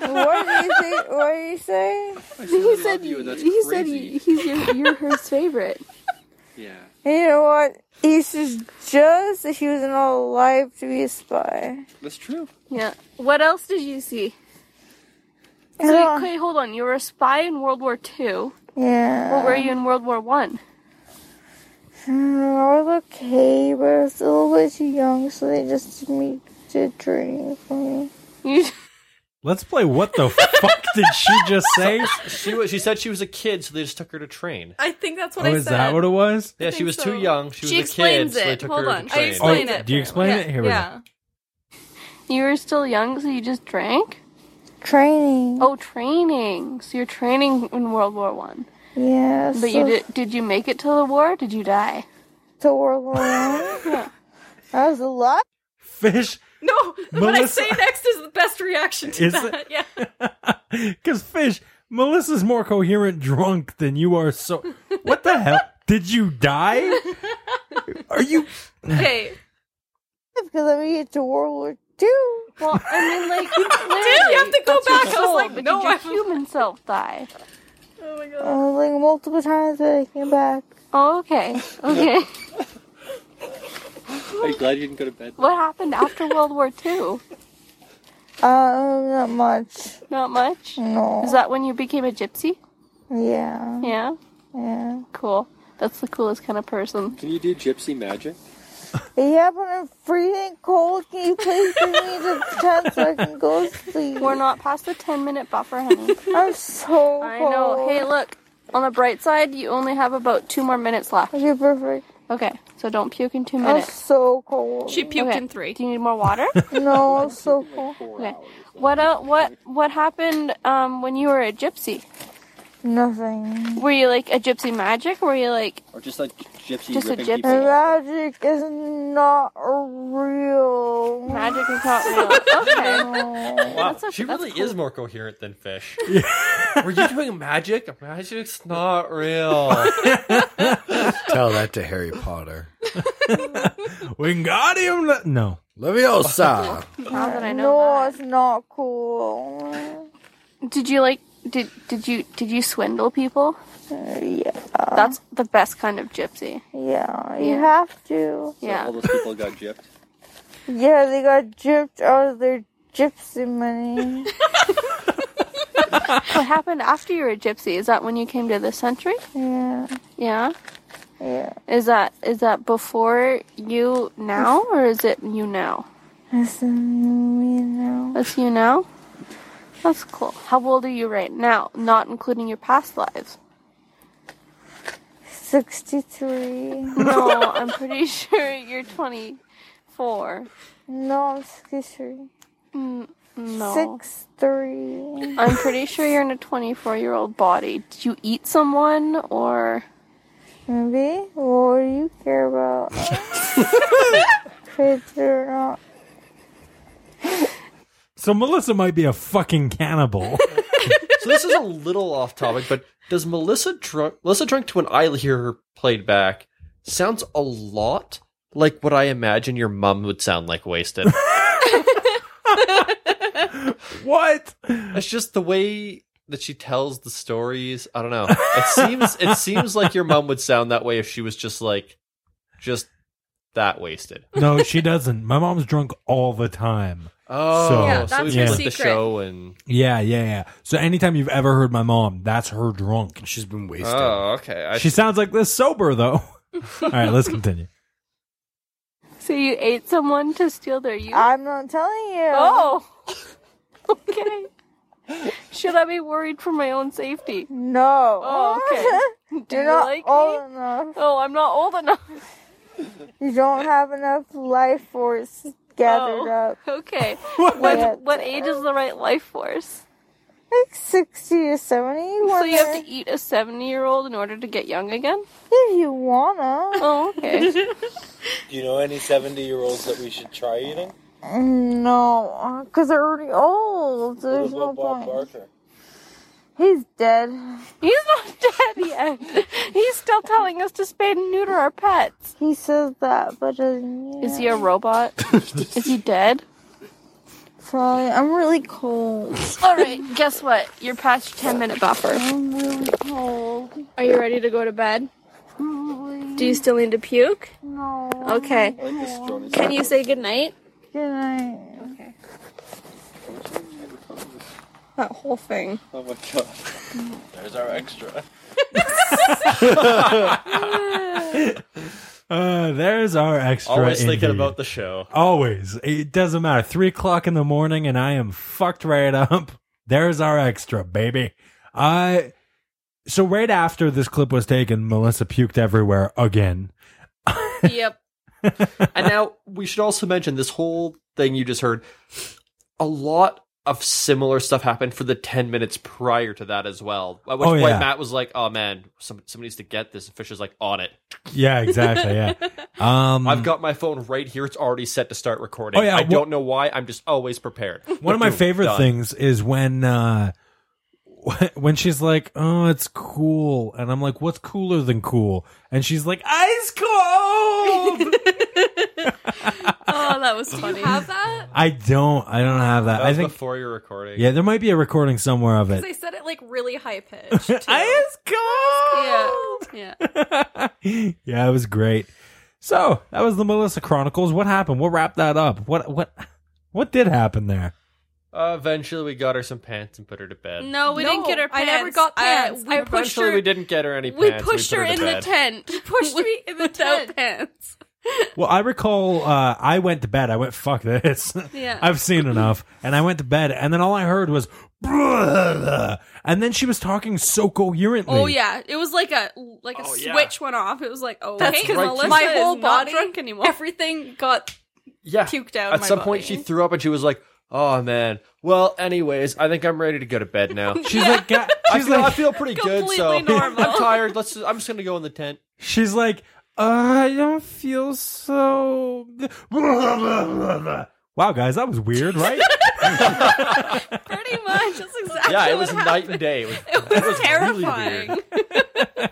what do you say? What do you say? I said I He love said. you, and that's he said crazy. he- (laughs) he's your, you're her favorite. Yeah. You know what? He's just jealous that he was not alive to be a spy. That's true. Yeah. What else did you see? So, Yeah. okay, hold on. You were a spy in World War Two. Yeah. What were you in World War One? Mm, I was okay, but I was a little bit too young, so they just made did training for me. You Let's play. What the fuck (laughs) did she just say? She was. She said she was a kid, so they just took her to train. I think that's what Oh, I is said. that what it was? Yeah, she think was so. too young. She was She a kid, explains so they it. took Hold her on. to I train. Oh, explain it. do you explain yeah. it? Here we go. yeah. you were still young, so you just drank. Training. Oh, training. So you're training in World War One. yeah. But you did. Did you make it to the war? or Did you die? To World War One. (laughs) I was alive. Fish, No, what I Melissa- say next is the best reaction to Is that. it? Yeah. (laughs) because fish. Melissa's more coherent drunk than you are. So, what the hell? Did you (laughs) die? Are you? Okay. Because I made it to World War Two. Well, I mean, (laughs) like, clearly, Did you have to go that's your back? I was soul, like, but no, did your I'm- human self die? Uh, like multiple times, but I came back. Oh, okay, okay. Are you glad you didn't go to bed? what happened after World War Two? Um, not much. Not much. No. Is that when you became a gypsy? Yeah. Yeah, Yeah. cool. That's the coolest kind of person. Can you do gypsy magic? Yeah, but I'm freezing cold. Can you please give me the tent so I can go to sleep? We're not past the ten-minute buffer, honey. I'm so cold. I know. Hey, look. On the bright side, you only have about two more minutes left. Okay, perfect. Okay, so don't puke in two I'm minutes. so cold. She puked Okay. in three. Do you need more water? (laughs) No, I'm so cold. Okay. What uh, what what happened um, when you were a gypsy? Nothing. Were you like a (laughs) gypsy magic? Were you like Or just like gypsy Just a ripping gypsy. people off? Magic is not real. magic is not real? Okay. No. Wow, That's a- she that's really cool. is more coherent than (laughs) Fish. Were you doing magic? Magic's not real. Tell that to Harry Potter. Wingardium? Le- No. Leviosa. Now that I know No, it's not cool. that. Did you like did did you did you swindle people? Yeah, That's the best kind of gypsy. yeah, you have to. Yeah. All those people got gypped. (laughs) Yeah, they got gypped out of their gypsy money. what happened after you were a gypsy? Is that when you came to this country? Yeah. Yeah. Yeah. Is that is that before you now or is it you now? That's me now. That's you now. That's cool. How old are you right now? Not including your past lives. 63. No, I'm pretty (laughs) sure you're 24. No, I'm 63. Mm, no. Six three. I'm pretty sure you're in a 24 year old body. Did you eat someone or? Maybe? What do you care (laughs) about? uh, Picture not. So Melissa might be a fucking (laughs) cannibal. So this is a little off topic, but does Melissa drunk Melissa drunk to when I hear her played back sounds a lot like what I imagine your mum would sound like (laughs) wasted. what? That's just the way that she tells the stories. I don't know. It seems it seems like your mum would sound that way if she was just like just that wasted. No, she doesn't. My mom's drunk all the time. Oh, So- yeah, Yeah, so we that's her split the secret. show and Yeah, yeah, yeah. So anytime you've ever heard my mom, that's her drunk. She's been wasted. Oh, okay. I She sounds like this sober though. (laughs) All right, let's continue. So you ate someone to steal their youth? I'm not telling you. oh. (laughs) okay. Should I be worried for my own safety? No. Oh, okay. (laughs) Do You're you not like old me? enough. Oh, I'm not old enough. (laughs) You don't have enough life force gathered Oh. up. Okay. Yet. what what age is the right life force? Like 60 to 70. So wonder you have to eat a 70 year old in order to get young again? If you wanna. Oh, (laughs) okay. Do you know any 70 year olds that we should try eating? No, because they're already old. There's no point. Barker? He's dead. He's not dead yet. He's still telling us to spay and neuter our pets. He says that, but doesn't. Is he a robot? Is he dead? Probably. I'm really cold. All right, guess what? You're past your 10 minute buffer. I'm really cold. Are you ready to go to bed? Do you still need to puke? No. Okay. Can you say goodnight? Good night. That whole thing. Oh my god. There's our extra. Uh, there's our extra. always thinking indeed. about the show. Always. It doesn't matter. Three o'clock in the morning, and I am fucked right up. (laughs) There's our extra, baby. Uh, so right after this clip was taken, Melissa puked everywhere again. Yep. (laughs) And now we should also mention this whole thing you just heard. A lot of similar stuff happened for the ten minutes prior to that as well. At which Oh, point yeah. Matt was like, "Oh man, some, somebody needs to get this." And Fisher's like, "On it. Yeah, exactly. (laughs) Yeah. Um, I've got my phone right here. It's already set to start recording. Oh, yeah, I wh- don't know why. I'm just always prepared." (laughs) one of my favorite Done. things is when uh (laughs) when she's like oh it's cool and i'm like what's cooler than cool and she's like ice cold Oh, that was Do you funny. have that? i don't i don't have that, That i was think before your recording. yeah there might be a recording somewhere of Because it I said it like really (laughs) high pitched. too. ice cold (gasps) Yeah. yeah. (laughs) yeah. it was great so that was the melissa chronicles what happened what wrapped that up what what what did happen there Uh, eventually, we got her some pants and put her to bed. No, we didn't get her I pants. never got I- pants. we I pushed Eventually, her. we didn't get her any We pants. pushed her put in to the bed. tent. Pushed me in the Without tent. pants. Well, I recall uh, I went to bed. I went, fuck this. Yeah. I've seen enough. And I went to bed, and then all I heard was, "Bruh." and then she was talking so coherently. Oh yeah, it was like a like a Oh, switch yeah. went off. It was like oh, That's hey, 'cause Melissa my is whole not body- drunk anymore. Everything got Yeah. puked out. of At my some point, body. she threw up and she was like, "Oh man. Well, anyways, I think I'm ready to go to bed now. She's like, "Ga- (laughs) I she's feel, I like, feel pretty good, so Completely (laughs) normal. I'm tired. Let's. Just, I'm just gonna go in the tent. she's like, uh, I don't feel so. (laughs) Wow, guys, that was weird, (laughs) right? Pretty much, that's exactly. Yeah, it what was night and day. It was, It was, terrifying.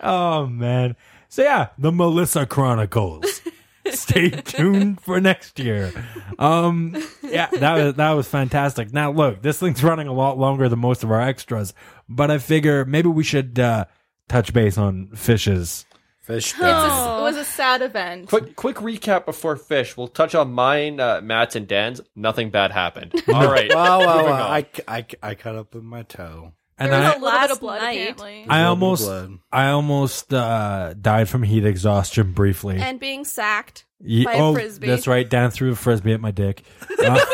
oh man. So yeah, the Melissa (laughs) Chronicles. Stay tuned for next year. Um yeah, that was that was fantastic. Now look, this thing's running a lot longer than most of our extras, but I figure maybe we should uh touch base on fishes Fish It's (laughs) died. a, it was a sad event. Quick, quick recap before fish. We'll touch on mine, uh, Matt's, and Dan's. Nothing bad happened. All right. Wow, wow, moving wow. on. I, I, I cut up with my toe. And there I, was a little bit Last of blood, night. apparently. I There's no almost, blood. I almost uh, died from heat exhaustion briefly. and being sacked. Ye- by a oh, frisbee. that's right. Dan threw a frisbee at my (laughs) dick. Uh, (laughs)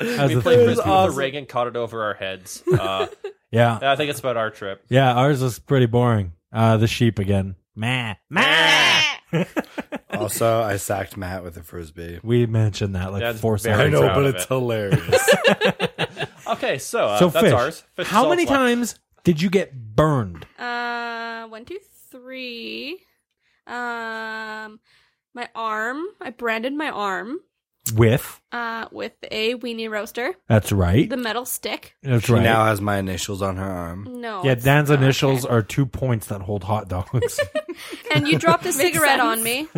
as we a thing. played frisbee with a rig and caught it over our heads. Uh, Yeah, I think it's about our trip. yeah. Ours was pretty boring. Uh, the sheep again. Meh. Meh. Also, I sacked Matt with a frisbee. We mentioned that like That's four very seconds. I know, proud but of it's (laughs) it. hilarious. Okay, so, uh, So that's fish. ours. Fish How solves many one. times did you get burned? Uh, one, two, three. Um, my arm. I branded my arm. With Uh, with a weenie roaster, that's right. the metal stick. that's she right. now has my initials on her arm. No. yeah, it's Dan's not. initials are two points that hold hot (laughs) dogs. (laughs) And you dropped a cigarette on me.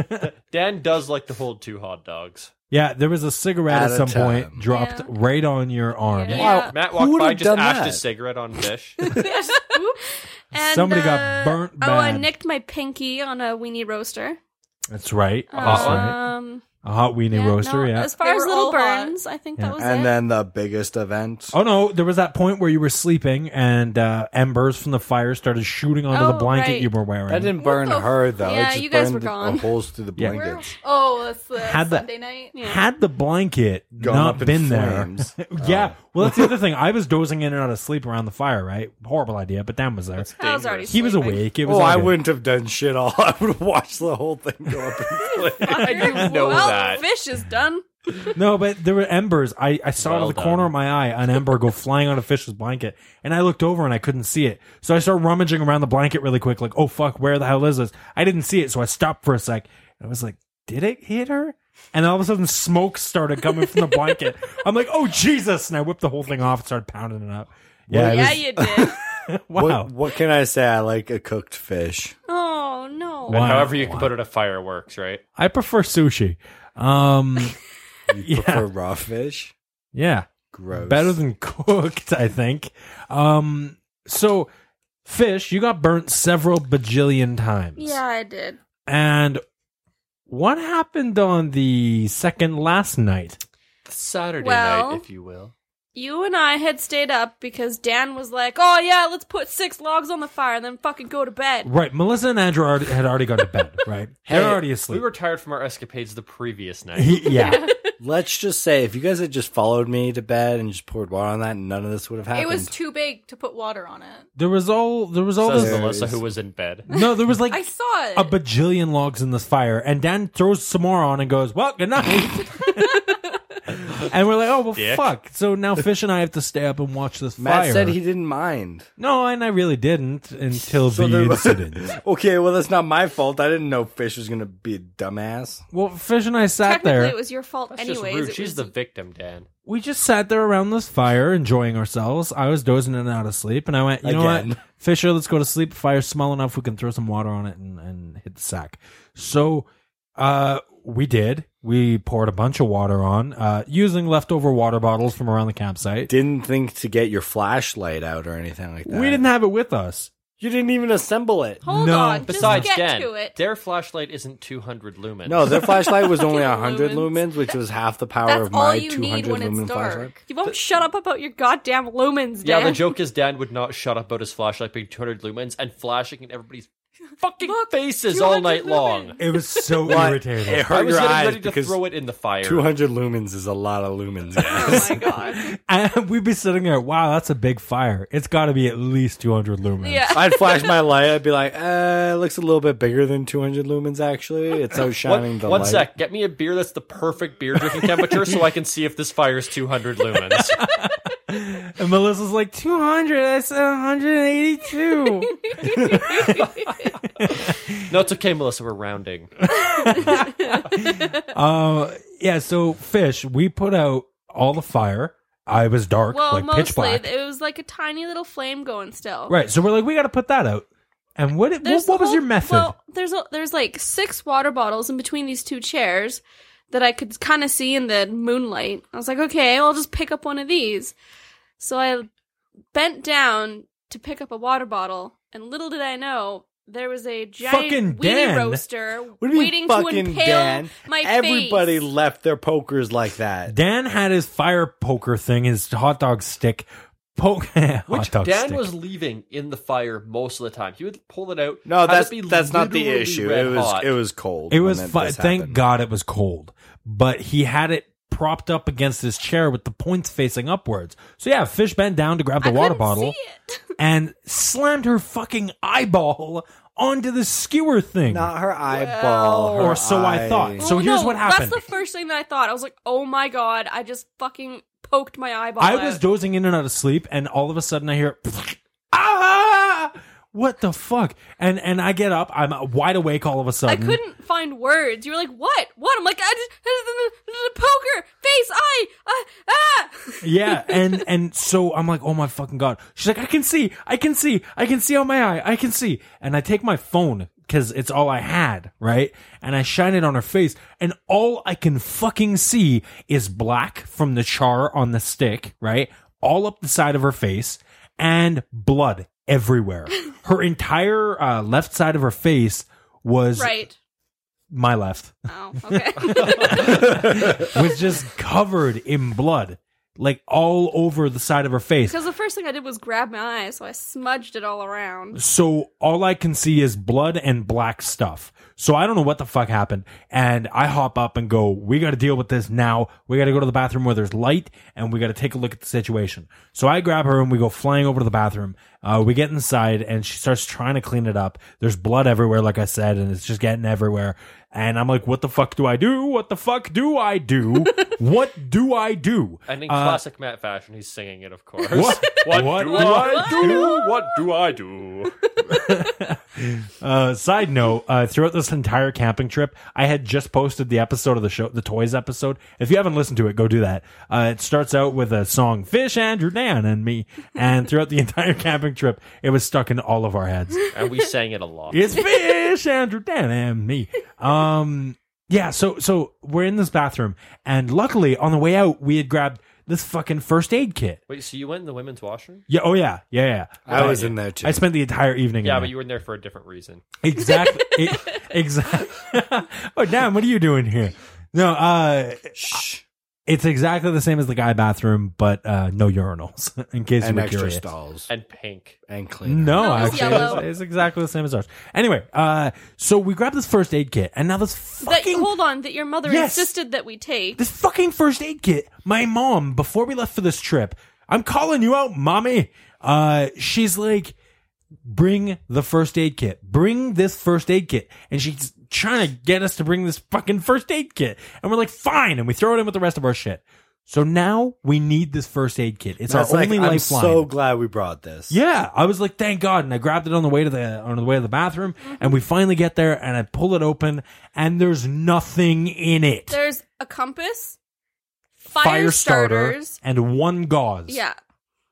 Dan does like to hold two hot dogs. yeah, there was a cigarette at, At a some time. point dropped Yeah. right on your arm. Yeah. Wow. Matt Who walked would've by, just done ashed that? a cigarette on fish. And, Somebody got uh, burnt Oh, I bad. nicked my pinky on a weenie roaster. That's right. hot That's one? right. Um, A hot weenie yeah, roaster. no, yeah. As far They as were little all hot. burns, I think Yeah. that Oh, was And it. then the biggest event. Oh no, there was that point where you were sleeping and uh, embers from the fire started shooting onto the Oh, blanket right. you were wearing. That didn't What burn the- her though. Yeah, it just you guys burned were the- gone. the holes through the Yeah. Where, blankets. oh, that's the Had the- Sunday night. Had the blanket Gone not up in been there, flames. (laughs) yeah. Well, that's the other thing. I was dozing in and out of sleep around the fire. Right, horrible idea. But Dan was there. I was already He was sleeping. awake. It was. Oh, all I good. wouldn't have done shit all. (laughs) I would have watched the whole thing go up in flames. I didn't know well, that. fish is done. No, but there were embers. I, I saw out Well of the done. corner of my eye an ember go flying on a fish's blanket, and I looked over and I couldn't see it. So I started rummaging around the blanket really quick, like, oh fuck, where the hell is this? I didn't see it, so I stopped for a sec. And I was like, did it hit her? And all of a sudden, smoke started coming from the (laughs) blanket. I'm like, oh Jesus! And I whipped the whole thing off and started pounding it up. Yeah, it yeah, was- (laughs) you did. wow. What, what can I say? I like a cooked fish. Oh no. Wow. And however you can put it at fireworks, right? I prefer sushi. Um, You (laughs) Yeah. prefer raw fish? yeah. Gross. better than (laughs) cooked i think um so fish you got burnt several bajillion times Yeah, I did. and what happened on the second last night Saturday Well- night, if you will. You and I had stayed up because Dan was like, "Oh yeah, let's put six logs on the fire and then fucking go to bed." right melissa and andrew already, had already gone to bed (laughs) right they're already asleep We were tired from our escapades the previous (laughs) night. He- yeah (laughs) Let's just say, if you guys had just followed me to bed and just poured water on that, none of this would have happened. It was too big to put water on it. there was all there was all Says this There Melissa, is. who was in bed. no there was like I saw it. a bajillion logs in this fire, and Dan throws some more on and goes, "Well, (laughs) good night." and we're like, "Oh well, Dick. fuck!" So now Fish and I have to stay up and watch this Matt fire. said he didn't (laughs) mind. No, and I really didn't until So the there- (laughs) incident. Okay, well that's not my fault. I didn't know fish was gonna be a dumbass. well, Fish and I sat Technically, there. it was your fault, That's anyways. just It rude. She's was- the victim, Dan. we just sat there around this fire, enjoying ourselves. I was dozing in and out of sleep, and I went, "You know Again. what, (laughs) Fisher? Let's go to sleep. Fire's small enough. We can throw some water on it and, and hit the sack." So, uh, we did. We poured a bunch of water on, uh, using leftover water bottles from around the campsite. Didn't think to get your flashlight out or anything like that. we didn't have it with us. You didn't even assemble it. Hold No. on, Besides just get Dan, to it. their flashlight isn't 200 lumens. No, their flashlight was only (laughs) Fucking hundred lumens. lumens. which was half the power That's of all my you two need hundred when lumen it's flashlight. dark. You won't shut up about your goddamn lumens, Dan. Yeah, the joke is Dan would not shut up about his flashlight being 200 lumens and flashing in everybody's fucking faces all 200 night long. lumens. It was so What? irritating. It I hurt was your getting eyes ready to because throw it in the fire. two hundred lumens is a lot of lumens. Oh Guys. my god. And (laughs) we'd be sitting there. Wow, that's a big fire. It's got to be at least 200 lumens. Yeah. I'd flash my light. I'd be like, uh, it looks a little bit bigger than 200 lumens, actually. It's outshining One, the one light. sec, get me a beer that's the perfect beer drinking temperature so I can see if this fire is 200 lumens. And Melissa's like, 200. I said 182. (laughs) no, it's okay, Melissa, we're rounding. uh, yeah, so Fish, we put out all the fire. I was dark, well, like mostly pitch black. it was like a tiny little flame going still. right, so we're like, we got to put that out. And what, it, what, There's what the was your whole- method? Well, there's a, there's like six water bottles in between these two chairs that I could kind of see in the moonlight. I was like, okay, I'll just pick up one of these. So I bent down to pick up a water bottle, and little did I know there was a giant Fucking weenie Dan. roaster What do you mean waiting to fucking impale Dan? my Everybody face. left their pokers like that. Dan had his fire poker thing, his hot dog stick. Poke (laughs) hot Which dog Dan stick. was leaving in the fire most of the time. He would pull it out. No, have it that's be that's not the literally issue. red It was hot. it was cold. It when was that- fi- this thank happened. God it was cold, but he had it propped up against his chair with the points facing upwards. So yeah, fish bent down to grab the I water couldn't bottle see (laughs) it. and slammed her fucking eyeball onto the skewer thing. Not her eyeball. Or her so I eye. thought. So Well, here's Oh, no, what happened. That's the first thing that I thought. I was like, "Oh my god, I just fucking poked my eyeball." I was out. dozing in and out of sleep, and all of a sudden I hear, (laughs) ah, what the fuck? And and I get up, I'm wide awake all of a I sudden. couldn't find words. You were like, "What? What?" I'm like, "I just I just- poker face eye ah, ah." Yeah, and and so I'm like, oh my fucking god. She's like, I can see, I can see, I can see on my eye, I can see. And I take my phone because it's all I had, right? And I shine it on her face, and all I can fucking see is black from the char on the stick, right? All up the side of her face, and blood everywhere. Her entire uh, left side of her face was Right. my left Oh, okay. (laughs) was just covered in blood, like all over the side of her face. Because the first thing I did was grab my eye, so I smudged it all around. So all I can see is blood and black stuff. So I don't know what the fuck happened. And I hop up and go, we got to deal with this now. We got to go to the bathroom where there's light and we got to take a look at the situation. So I grab her and we go flying over to the bathroom. Uh, we get inside and she starts trying to clean it up. There's blood everywhere, like I said, and it's just getting everywhere. And I'm like, what the fuck do I do? What the fuck do I do? what do I do? And in Uh, classic Matt fashion, he's singing it, of course. (laughs) (laughs) What? What, What do do I do? What do I do? Uh, side note: uh, Throughout this entire camping trip, I had just posted the episode of the show, the toys episode. If you haven't listened to it, go do that. Uh, it starts out with a song, "Fish Andrew Dan and Me," and throughout the (laughs) entire camping trip, it was stuck in all of our heads. And we sang it a lot. It's fish, Andrew, Dan, and me. Um, yeah. So, so we're in this bathroom, and luckily on the way out, we had grabbed this fucking first aid kit. Wait, so you went in the women's washroom? Yeah. Oh yeah. Yeah. Yeah. I was in there too. I spent the entire evening. in Yeah, there. but you were in there for a different reason. Exactly. exactly. (laughs) oh, damn! What are you doing here? No, uh, it's exactly the same as the guy bathroom, but uh, no urinals. (laughs) In case and you were extra curious. stalls And pink. and clean. No, No, it's actually, yellow. it's, it's exactly the same as ours. Anyway, uh, so we grabbed this first aid kit, and now this That, fucking hold on, that your mother Yes. insisted that we take. this fucking first aid kit. My mom, before we left for this trip, I'm calling you out, mommy. Uh, she's like, bring the first aid kit. Bring this first aid kit. And she's trying to get us to bring this fucking first aid kit. And we're like, fine. And we throw it in with the rest of our shit. So now we need this first aid kit. It's I was our like, only I'm lifeline. so glad we brought this. Yeah, I was like, thank God, and I grabbed it on the way to the on the way to the bathroom, and we finally get there, and I pull it open, and there's nothing in it. There's a compass, fire, fire starter starters. and one gauze. Yeah.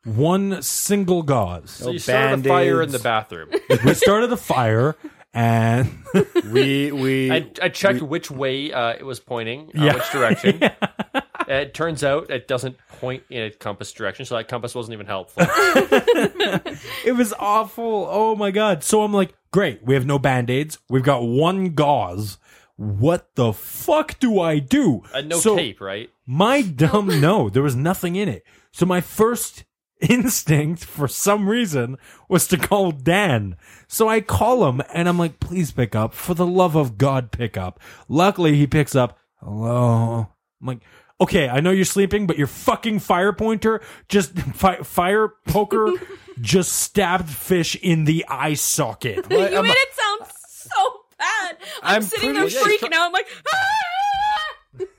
One single gauze. So you started a fire in the bathroom. we started a fire and (laughs) we we (laughs) I, I checked which way uh, it was pointing, uh, (laughs) Yeah. which direction. Uh, It turns out it doesn't point in a compass direction, so that compass wasn't even helpful. it was awful. Oh my god. So I'm like, great, we have no band-aids. We've got one gauze. What the fuck do I do? And Uh, no (laughs) So- tape, right? My dumb no, there was nothing in it. So my first (laughs) instinct for some reason was to call Dan. So I call him and I'm like, please pick up. For the love of God, pick up. Luckily he picks up. Hello. I'm like, okay, I know you're sleeping, but your fucking fire pointer just (laughs) fi- fire poker just stabbed fish in the eye socket. (laughs) But You I'm- made it sound so bad. I'm, I'm sitting there pretty- yeah, he's freaking out. I'm (laughs) like, ah!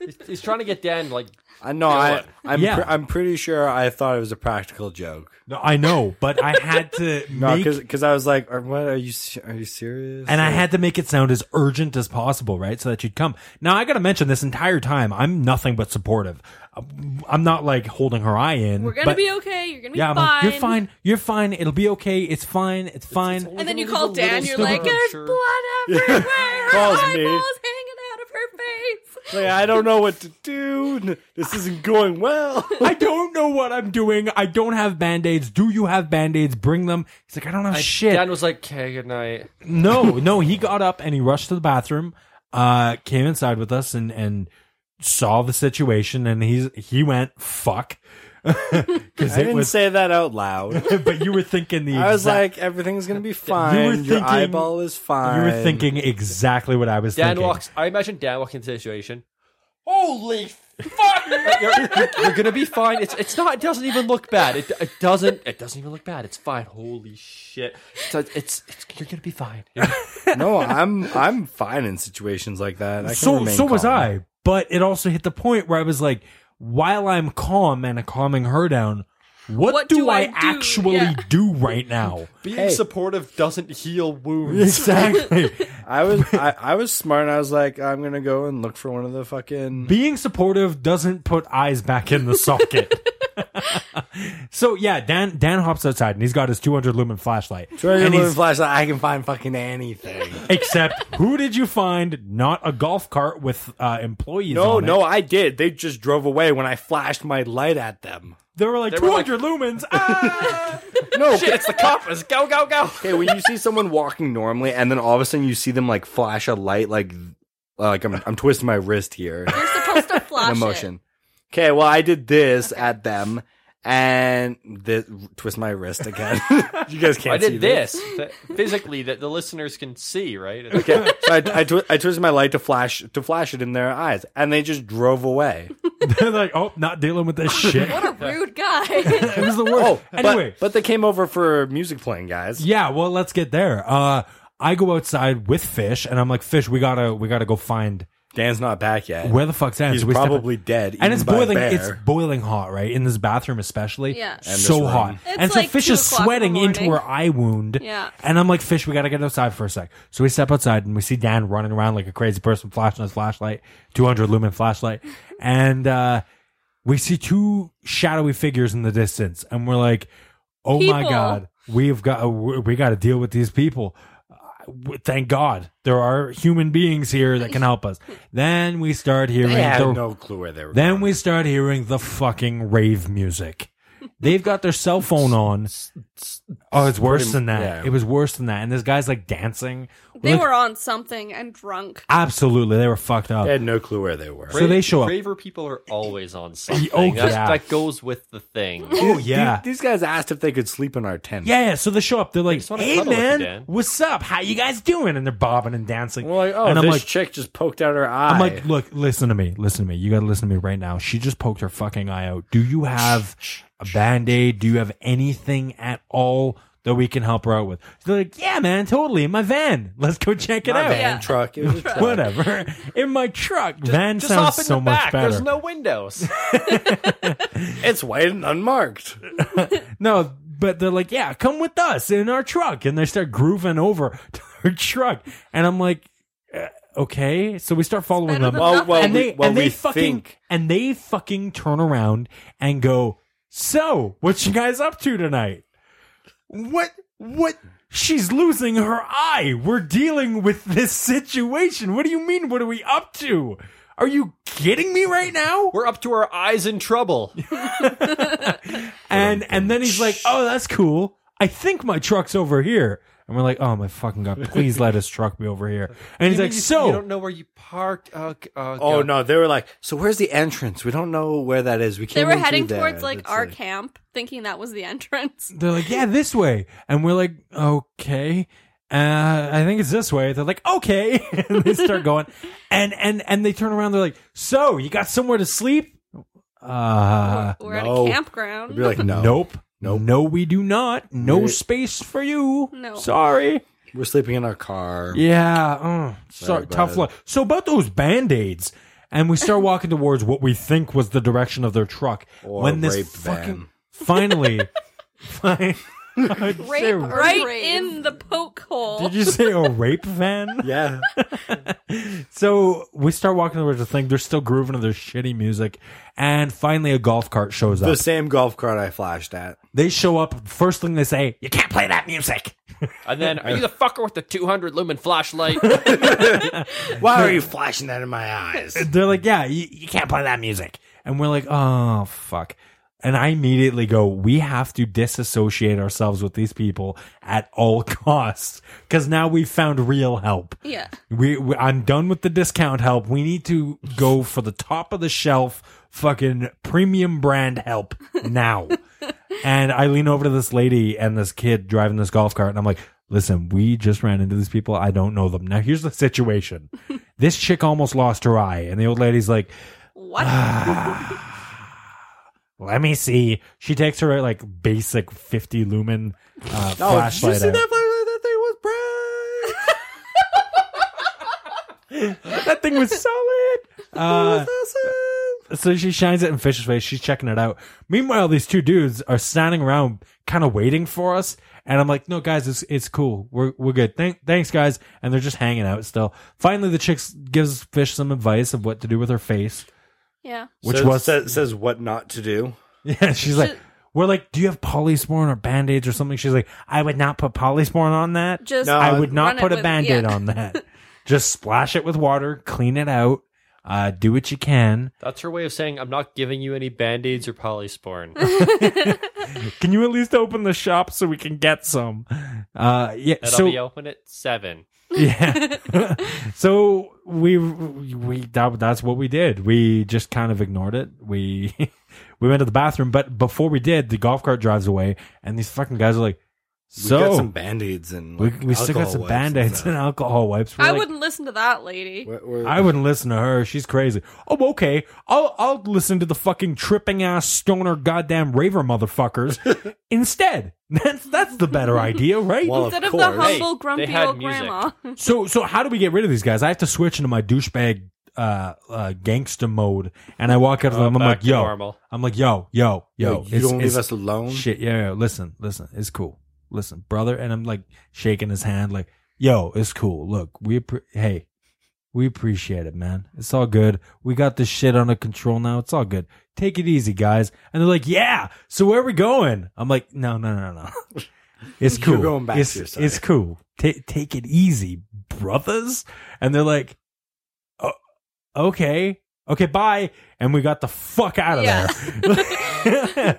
He's, he's trying to get Dan like I know. I, what? I'm. Yeah. Pre- I'm pretty sure. I thought it was a practical joke. No, I know, but I had to No, make because I was like, "Are- "What are you? se- Are you serious?" And I Like, had to make it sound as urgent as possible, right? So that you'd come. Now I got to mention this entire time, I'm nothing but supportive. Uh, I'm not like holding her eye in. We're gonna but- be okay. You're gonna be Yeah, I'm fine. like, you're fine. You're fine. It'll be okay. It's fine. It's fine. And then you call Dan. You're like, sliver of there's shirt. blood everywhere. Her Calls eyeballs me. hanging out of her face. Like, I don't know what to do. This isn't going (laughs) well. I don't know what I'm doing. I don't have band aids. Do you have band aids? Bring them. He's like, I don't have shit. Dan was like, okay, good night. no, no. He got up and he rushed to the bathroom. Uh, came inside with us and and saw the situation. And he's he went fuck (laughs) because I it didn't was. say that out (laughs) loud. but you were thinking the. I was exact- like, everything's gonna be fine. Your thinking- eyeball is fine. you were thinking exactly what I was Dan thinking. walks. I imagine Dan walking into the situation. Holy Like, (laughs) you're, you're- you're gonna be fine. It's it's not. It doesn't even look bad. It, it doesn't. It doesn't even look bad. It's fine. Holy shit. So it's, it's you're gonna be fine. no, I'm I'm fine in situations like that. I can so remain so was calm. I, but it also hit the point where I was like, while I'm calm and calming her down, what, What do, do I, I do? actually Yeah. do right now? Being Hey. supportive doesn't heal wounds. exactly. I was I, I was smart. And I was like, I'm gonna go and look for one of the fucking. Being supportive doesn't put eyes back in the socket. so yeah, Dan Dan hops outside and he's got his 200 lumen flashlight. Treasure and Moon he's, flashlight. I can find fucking anything. except who did you find? Not a golf cart with uh, employees. No, on it. no, I did. They just drove away when I flashed my light at them. There were like were 200 lumens. Ah! No, Shit, it's the coppers. Go, go, go. okay. When you see someone walking normally, and then all of a sudden you see them like flash a light, like like I'm I'm twisting my wrist here You're supposed to in Oh, flash it. emotion. Okay, well I did this at them, and this twist my wrist again. you guys can't. I see did this That- physically that the listeners can see, right? Okay. Okay, so I I, twi- I twisted my light to flash to flash it in their eyes, and they just drove away. (laughs) They're like, oh, not dealing with (laughs) this shit. What a rude (laughs) guy. (laughs) it was the worst. Oh, anyway, but, but they came over for music playing, guys. Yeah, well, let's get there. Uh, I go outside with Fish, and I'm like, Fish, we gotta, we gotta go find Dan's not back yet. where the fuck's Dan. He's So we step- probably dead, and it's eaten by a boiling. bear. It's boiling hot, right? In this bathroom, especially. Yeah. And this so room. hot. It's and so like Fish 2 is o'clock in the sweating into morning. her eye wound. Yeah. And I'm like, Fish, we gotta get outside for a sec. So we step outside, and we see Dan running around like a crazy person, flashing his flashlight, 200 lumen flashlight, and uh, we see two shadowy figures in the distance, and we're like, oh my People. god we've got uh, we got to deal with these people Uh, w- thank god there are human beings here that can help us then we start hearing I had the, no clue where they were. then going. we start hearing the fucking rave music they've got their cell phone on oh it's worse than that yeah. it was worse than that and this guy's like dancing they Look- were on something and drunk. absolutely they were fucked up I had no clue where they were. (laughs) So they show up. Braver people are always on something. oh, That's- yeah. That goes with the thing. oh yeah These, these guys asked if they could sleep in our tent. yeah, yeah, so they show up. They're like, just wanna "Hey, cuddle with you, man, Dan." what's up? How you guys doing?" And they're bobbing and dancing. We're like, oh, and this chick just poked out her eye. I'm like, look, listen to me, listen to me. You got to listen to me right now. She just poked her fucking eye out. Do you have a band aid? Do you have anything at all that we can help her out with? So they're like, yeah, man, totally. In my van, let's go check it My out. van truck. It was a (laughs) truck. Whatever. In my truck. van Just sounds hop in so the much back. better. There's no windows. It's white and unmarked. (laughs) No, but they're like, yeah, come with us in our truck. And they start grooving over (laughs) to our truck. And I'm like, uh, okay. So we start following better them. than Well, nothing. well, and we- they, well, and they we fucking, think- and they fucking turn around and go, so what you guys up to tonight? What, what? She's losing her eye. We're dealing with this situation. What do you mean? What are we up to? Are you kidding me right now? We're up to our eyes (laughs) in trouble. And and then he's like, "Oh, that's cool. I think my truck's over here." And we're like, "Oh my fucking god! Please let his truck be over here." And he's You like, mean you- "So you don't know where you parked. Uh, g- uh, Oh go- no, they were like, so where's the entrance? We don't know where that is. We can't. They were heading towards like our camp, thinking that was the entrance. they're like, "Yeah, this way." And we're like, "Okay." Uh, I think it's this way. They're like, okay, (laughs) and they (laughs) start going, and and and they turn around. They're like, so you got somewhere to sleep? Uh, we're at no. a campground. We're like, no, nope, Nope. no, we do not. No We're- space for you. No. sorry. we're sleeping in our car. Yeah, uh, Sorry so, about tough it. luck. So about those band aids, and we (laughs) start walking towards what we think was the direction of their truck. Or when rape this van. fucking (laughs) finally, (laughs) fin- (laughs) Rape or right rave. in the poke hole. did you say a rape (laughs) van? Yeah, So we start walking towards the thing. They're still grooving to their shitty music, and finally a golf cart shows up. the same golf cart I flashed at. they show up. First thing they say, "You can't play that music." (laughs) And then, are you the fucker with the 200 lumen (laughs) flashlight? Why are you flashing that in my (laughs) eyes? They're like, yeah, you, you can't play that music. And we're like, oh, fuck. And I immediately go, we have to disassociate ourselves with these people at all (laughs) costs. Cause now we've found real help. Yeah. We, we I'm done with the discount help. We need to go for the top of the shelf fucking premium brand help (laughs) now. and I lean over to this lady and this kid driving this golf cart and I'm like, "Listen, we just ran into these people. I don't know them. Now here's the (laughs) situation. this chick almost lost her eye and the old lady's like, What? "Let me see." She takes her like basic 50 lumen uh, flashlight. out. flashlight? That thing was bright. that thing was solid. Uh, so she shines it in Fish's face. She's checking it out. Meanwhile, these two dudes are standing around, kind of waiting for us. And I'm like, no, guys, it's it's cool. We're we're good. Thank, thanks, guys. And they're just hanging out still. Finally, the chick gives Fish some advice of what to do with her face, yeah. which Says- was says, says what not to do. (laughs) yeah. She's like, we're like, do you have polysporin or band aids or something? She's like, I would not put polysporin on that. Just No, I would run not it put a with- band aid yeah. on (laughs) that. Just splash it with water, clean it out, uh, do what you can. That's her way of saying, I'm not giving you any band aids (laughs) or polysporin. Can you at least open the shop so we can get some? Uh, yeah. And I'll so be open at 7. (laughs) yeah. so we we that, that's what we did. We just kind of ignored it. We (laughs) we went to the bathroom, but before we did, the golf cart drives away, and these fucking guys are like, We so. got some band aids and we, like, we still got some alcohol wipes and uh, band aids stuff. and alcohol wipes. We're I like, wouldn't listen to that lady. We're- we're- I wouldn't listen to her. She's crazy. Oh, okay. I'll I'll listen to the fucking tripping ass stoner goddamn raver (laughs) motherfuckers instead. (laughs) That's that's the better idea, right? (laughs) Well, Instead of of, course. the humble, grumpy had old music. grandma. so so how do we get rid of these guys? I have to switch into my douchebag uh, uh gangster mode, and I walk Uh, up to them. I'm Oh, Back like, to yo, normal. I'm like, yo, yo, yo. you it's- don't it's- leave us alone. Shit, yeah, yeah, listen, listen, it's cool. Listen, brother, and I'm like shaking his hand, like, yo, it's cool. Look, we, appre- hey, we appreciate it, man. It's all good. We got this shit under control now. It's all good. Take it easy, guys. And they're like, yeah. So where are we going? I'm like, no, no, no, (laughs) no. It's cool. You're going back to it's, your side. it's cool. Ta take it easy, brothers. And they're like, oh, okay, okay, bye. And we got the fuck out of Yeah. there. (laughs)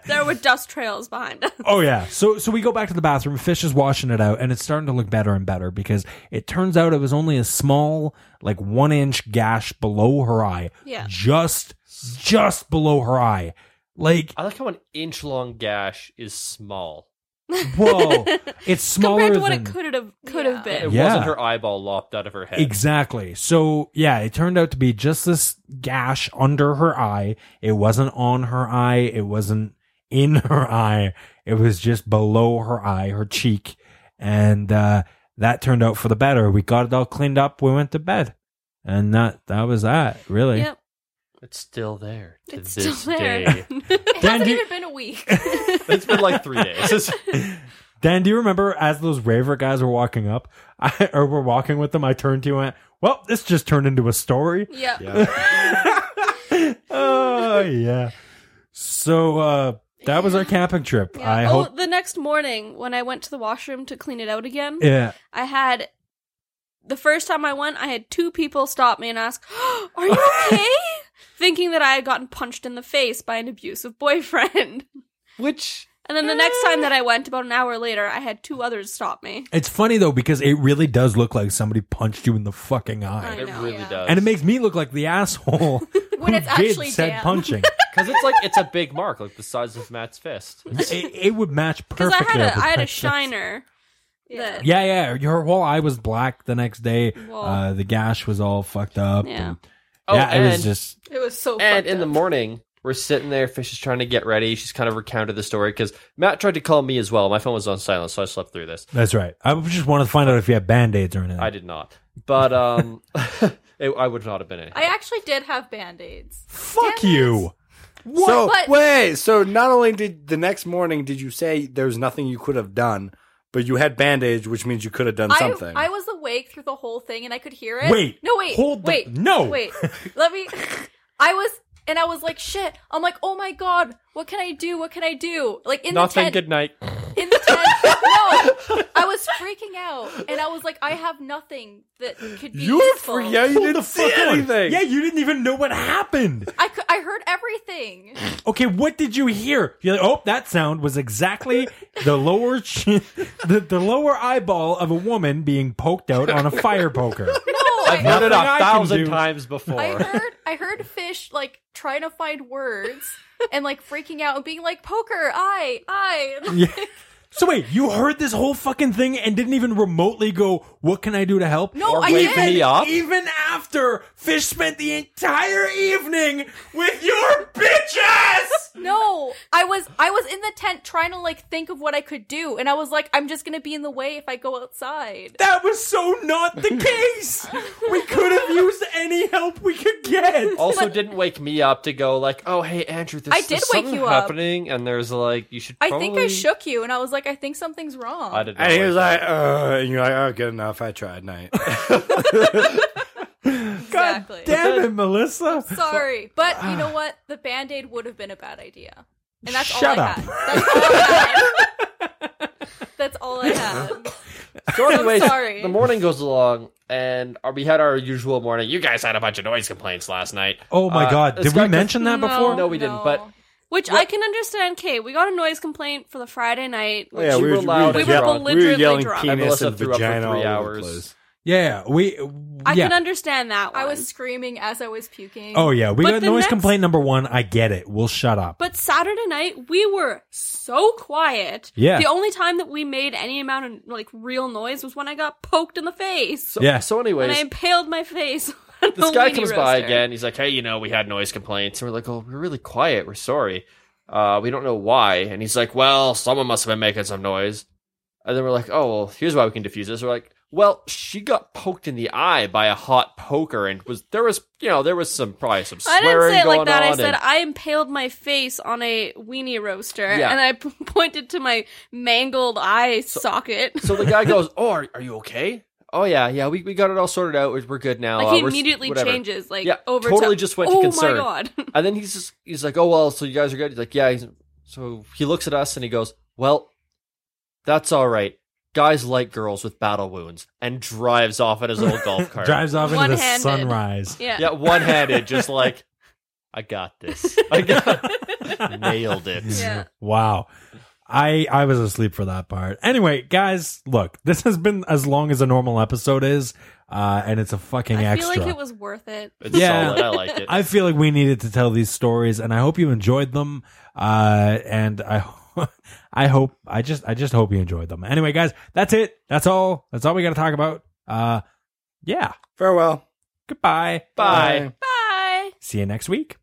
There were dust trails behind us. Oh yeah. So so we go back to the bathroom. Fish is washing it out, and it's starting to look better and better because it turns out it was only a small, like one inch gash below her eye, Yeah. just just below her eye. Like I like how an inch long gash is small. (laughs) whoa, it's smaller Compared to what than it could have could have It been. Yeah. wasn't her eyeball lopped out of her head. exactly. So yeah, it turned out to be just this gash under her eye. It wasn't on her eye. It wasn't in (laughs) her eye. It was just below her eye, her cheek, and uh, that turned out for the better. We got it all cleaned up. We went to bed, and that that was that. Really, Yep. It's still there to It's still this there. (laughs) day. It hasn't do- even been a week. it's been like three days. (laughs) Dan, do you remember as those raver guys were walking up, (laughs) I, or were walking with them? I turned to you and went, "Well, this just turned into a story." yeah. Yeah. (laughs) oh yeah. So uh that was our camping trip. Yeah. I oh, hope. the next morning when I went to the washroom to clean it out again, Yeah. I had the first time I went, I had two people stop me and ask, (gasps) "Are you okay?" Thinking that I had gotten punched in the face by an abusive boyfriend. (laughs) Which And then the next time that I went, about an hour later, I had two others stop me. It's funny though because it really does look like somebody punched you in the fucking eye. I it know, really yeah. does, And it makes me look like the (laughs) asshole When who it's did actually said Dan. punching. because it's like it's a big mark, like the size of Matt's fist. it, it would match Because I perfectly. had up a with I had my a face. shiner. That, Yeah, yeah. Your whole eye was black the next day. Whoa. Uh, the gash was all fucked up. Yeah. and- Oh, yeah, it was and- just It was so And fucked in the up. morning, we're sitting there. Fish is trying to get ready. She's kind of recounted the story because Matt tried to call me as well. My phone was on silent, so I slept through this. that's right. I just wanted to find out if you had band aids or anything. I did not, but um, (laughs) it, I would not have been in. I actually did have band aids. Fuck you. (laughs) What? So But- wait. So not only did the next morning did you say there's nothing you could have done, but you had band aids, which means you could have done I, something. I was awake through the whole thing and I could hear it. Wait, No, wait. hold the- wait. no. Wait. Let me. I was. And I was like, shit. I'm like, oh my god, what can I do? What can I do? Like in Nothing. the tent. Good night. In the tent. no, I was freaking out, and I was like, I have nothing that could be. You were useful. Oh, free. Yeah, you didn't see anything. Yeah, you didn't even know what happened. I, cou- I heard everything. Okay, what did you hear? You're like, oh, that sound was exactly the lower chin, (laughs) the, the lower eyeball of a woman being poked out on a fire (laughs) poker. No, I, Heard it Nothing I can a thousand do. times before. I heard I heard fish like trying to find words and like freaking out and being like poker I I Yeah. So wait, you heard this whole fucking thing and didn't even remotely go, "What can I do to help?" no I did me up. Even after Fish spent the entire evening with your bitch ass. no I was I was in the tent trying to like think of what I could do and I was like I'm just gonna be in the way if I go outside That was so not the case. We could have used any help we could get. (laughs) also didn't wake me up to go like, oh hey Andrew, this I did there's wake something you up. happening, and there's like you should. I Probably... think I shook you and I was like I think something's wrong I did. Not And he was wake like, uh, and you're like, oh, good enough. I tried night. exactly Damn (laughs) it, Melissa. (laughs) sorry but you know what the band aid would have been a bad idea and that's Shut all I up. had that's all (laughs) I had that's all I had. up. (laughs) So anyways, sorry. the morning goes along, and our- we had our usual morning. You guys had a bunch of noise complaints last night. Oh my Uh, god, it's did we got- mention that Oh, before? No, we didn't, but- Which I can understand. Okay, we got a noise complaint for the Friday night. Oh, yeah, You we were were, loud we as were, drunk. yelling, we were yelling Belligerently drunk. penis Melissa and threw up for vagina three all over the hours. place. Yeah, we I yeah. can understand that. One. I was screaming as I was puking. Oh yeah, we But got the noise next- complaint number 1. I get it. We'll shut up. But Saturday night, we were so quiet. Yeah. The only time that we made any amount of like real noise was when I got poked in the face. So, Yeah. So anyways, When I impaled my face. (laughs) on this a guy lady comes by roaster. again. He's like, "Hey, you know, we had noise complaints." And we're like, "Oh, we're really quiet. We're sorry. Uh, we don't know why." And he's like, "Well, someone must have been making some noise." And then we're like, "Oh, well, here's why we can defuse this." We're like, "Well, she got poked in the eye by a hot poker, and was there was you know there was some probably some I didn't swearing say it going like that. I on." said (laughs) and- I impaled my face on a weenie roaster, Yeah. and I (laughs) p- pointed to my mangled eye socket. so the guy goes, "Oh, are, are you okay?" Oh yeah, yeah, we, we got it all sorted out. We're- We're good now. Like Uh, he we're s- immediately whatever." changes, like Yeah, over totally to, just went to oh concern." my god. And then he's just he's like, "Oh well, so you guys are good." He's like, "Yeah." He's, so he looks at us and he goes, "Well, that's all right. Guys like girls with battle wounds," and drives off in his (laughs) old golf cart. Drives off into the One-handed. sunrise. yeah. yeah, one handed, just like, "I got this. I got nailed it." Yeah. Wow. I I was asleep for that part. Anyway, guys, look, this has been as long as a normal episode is, uh, and it's a fucking I feel extra. like it was worth it. It's Yeah. solid. I like it. I feel like we needed to tell these stories, and I hope you enjoyed them. Uh, and I, (laughs) I hope I just I just hope you enjoyed them. Anyway, guys, that's it. That's all. That's all we got to talk about. Uh, yeah. Farewell. Goodbye. Bye. uh, Bye. See you next week.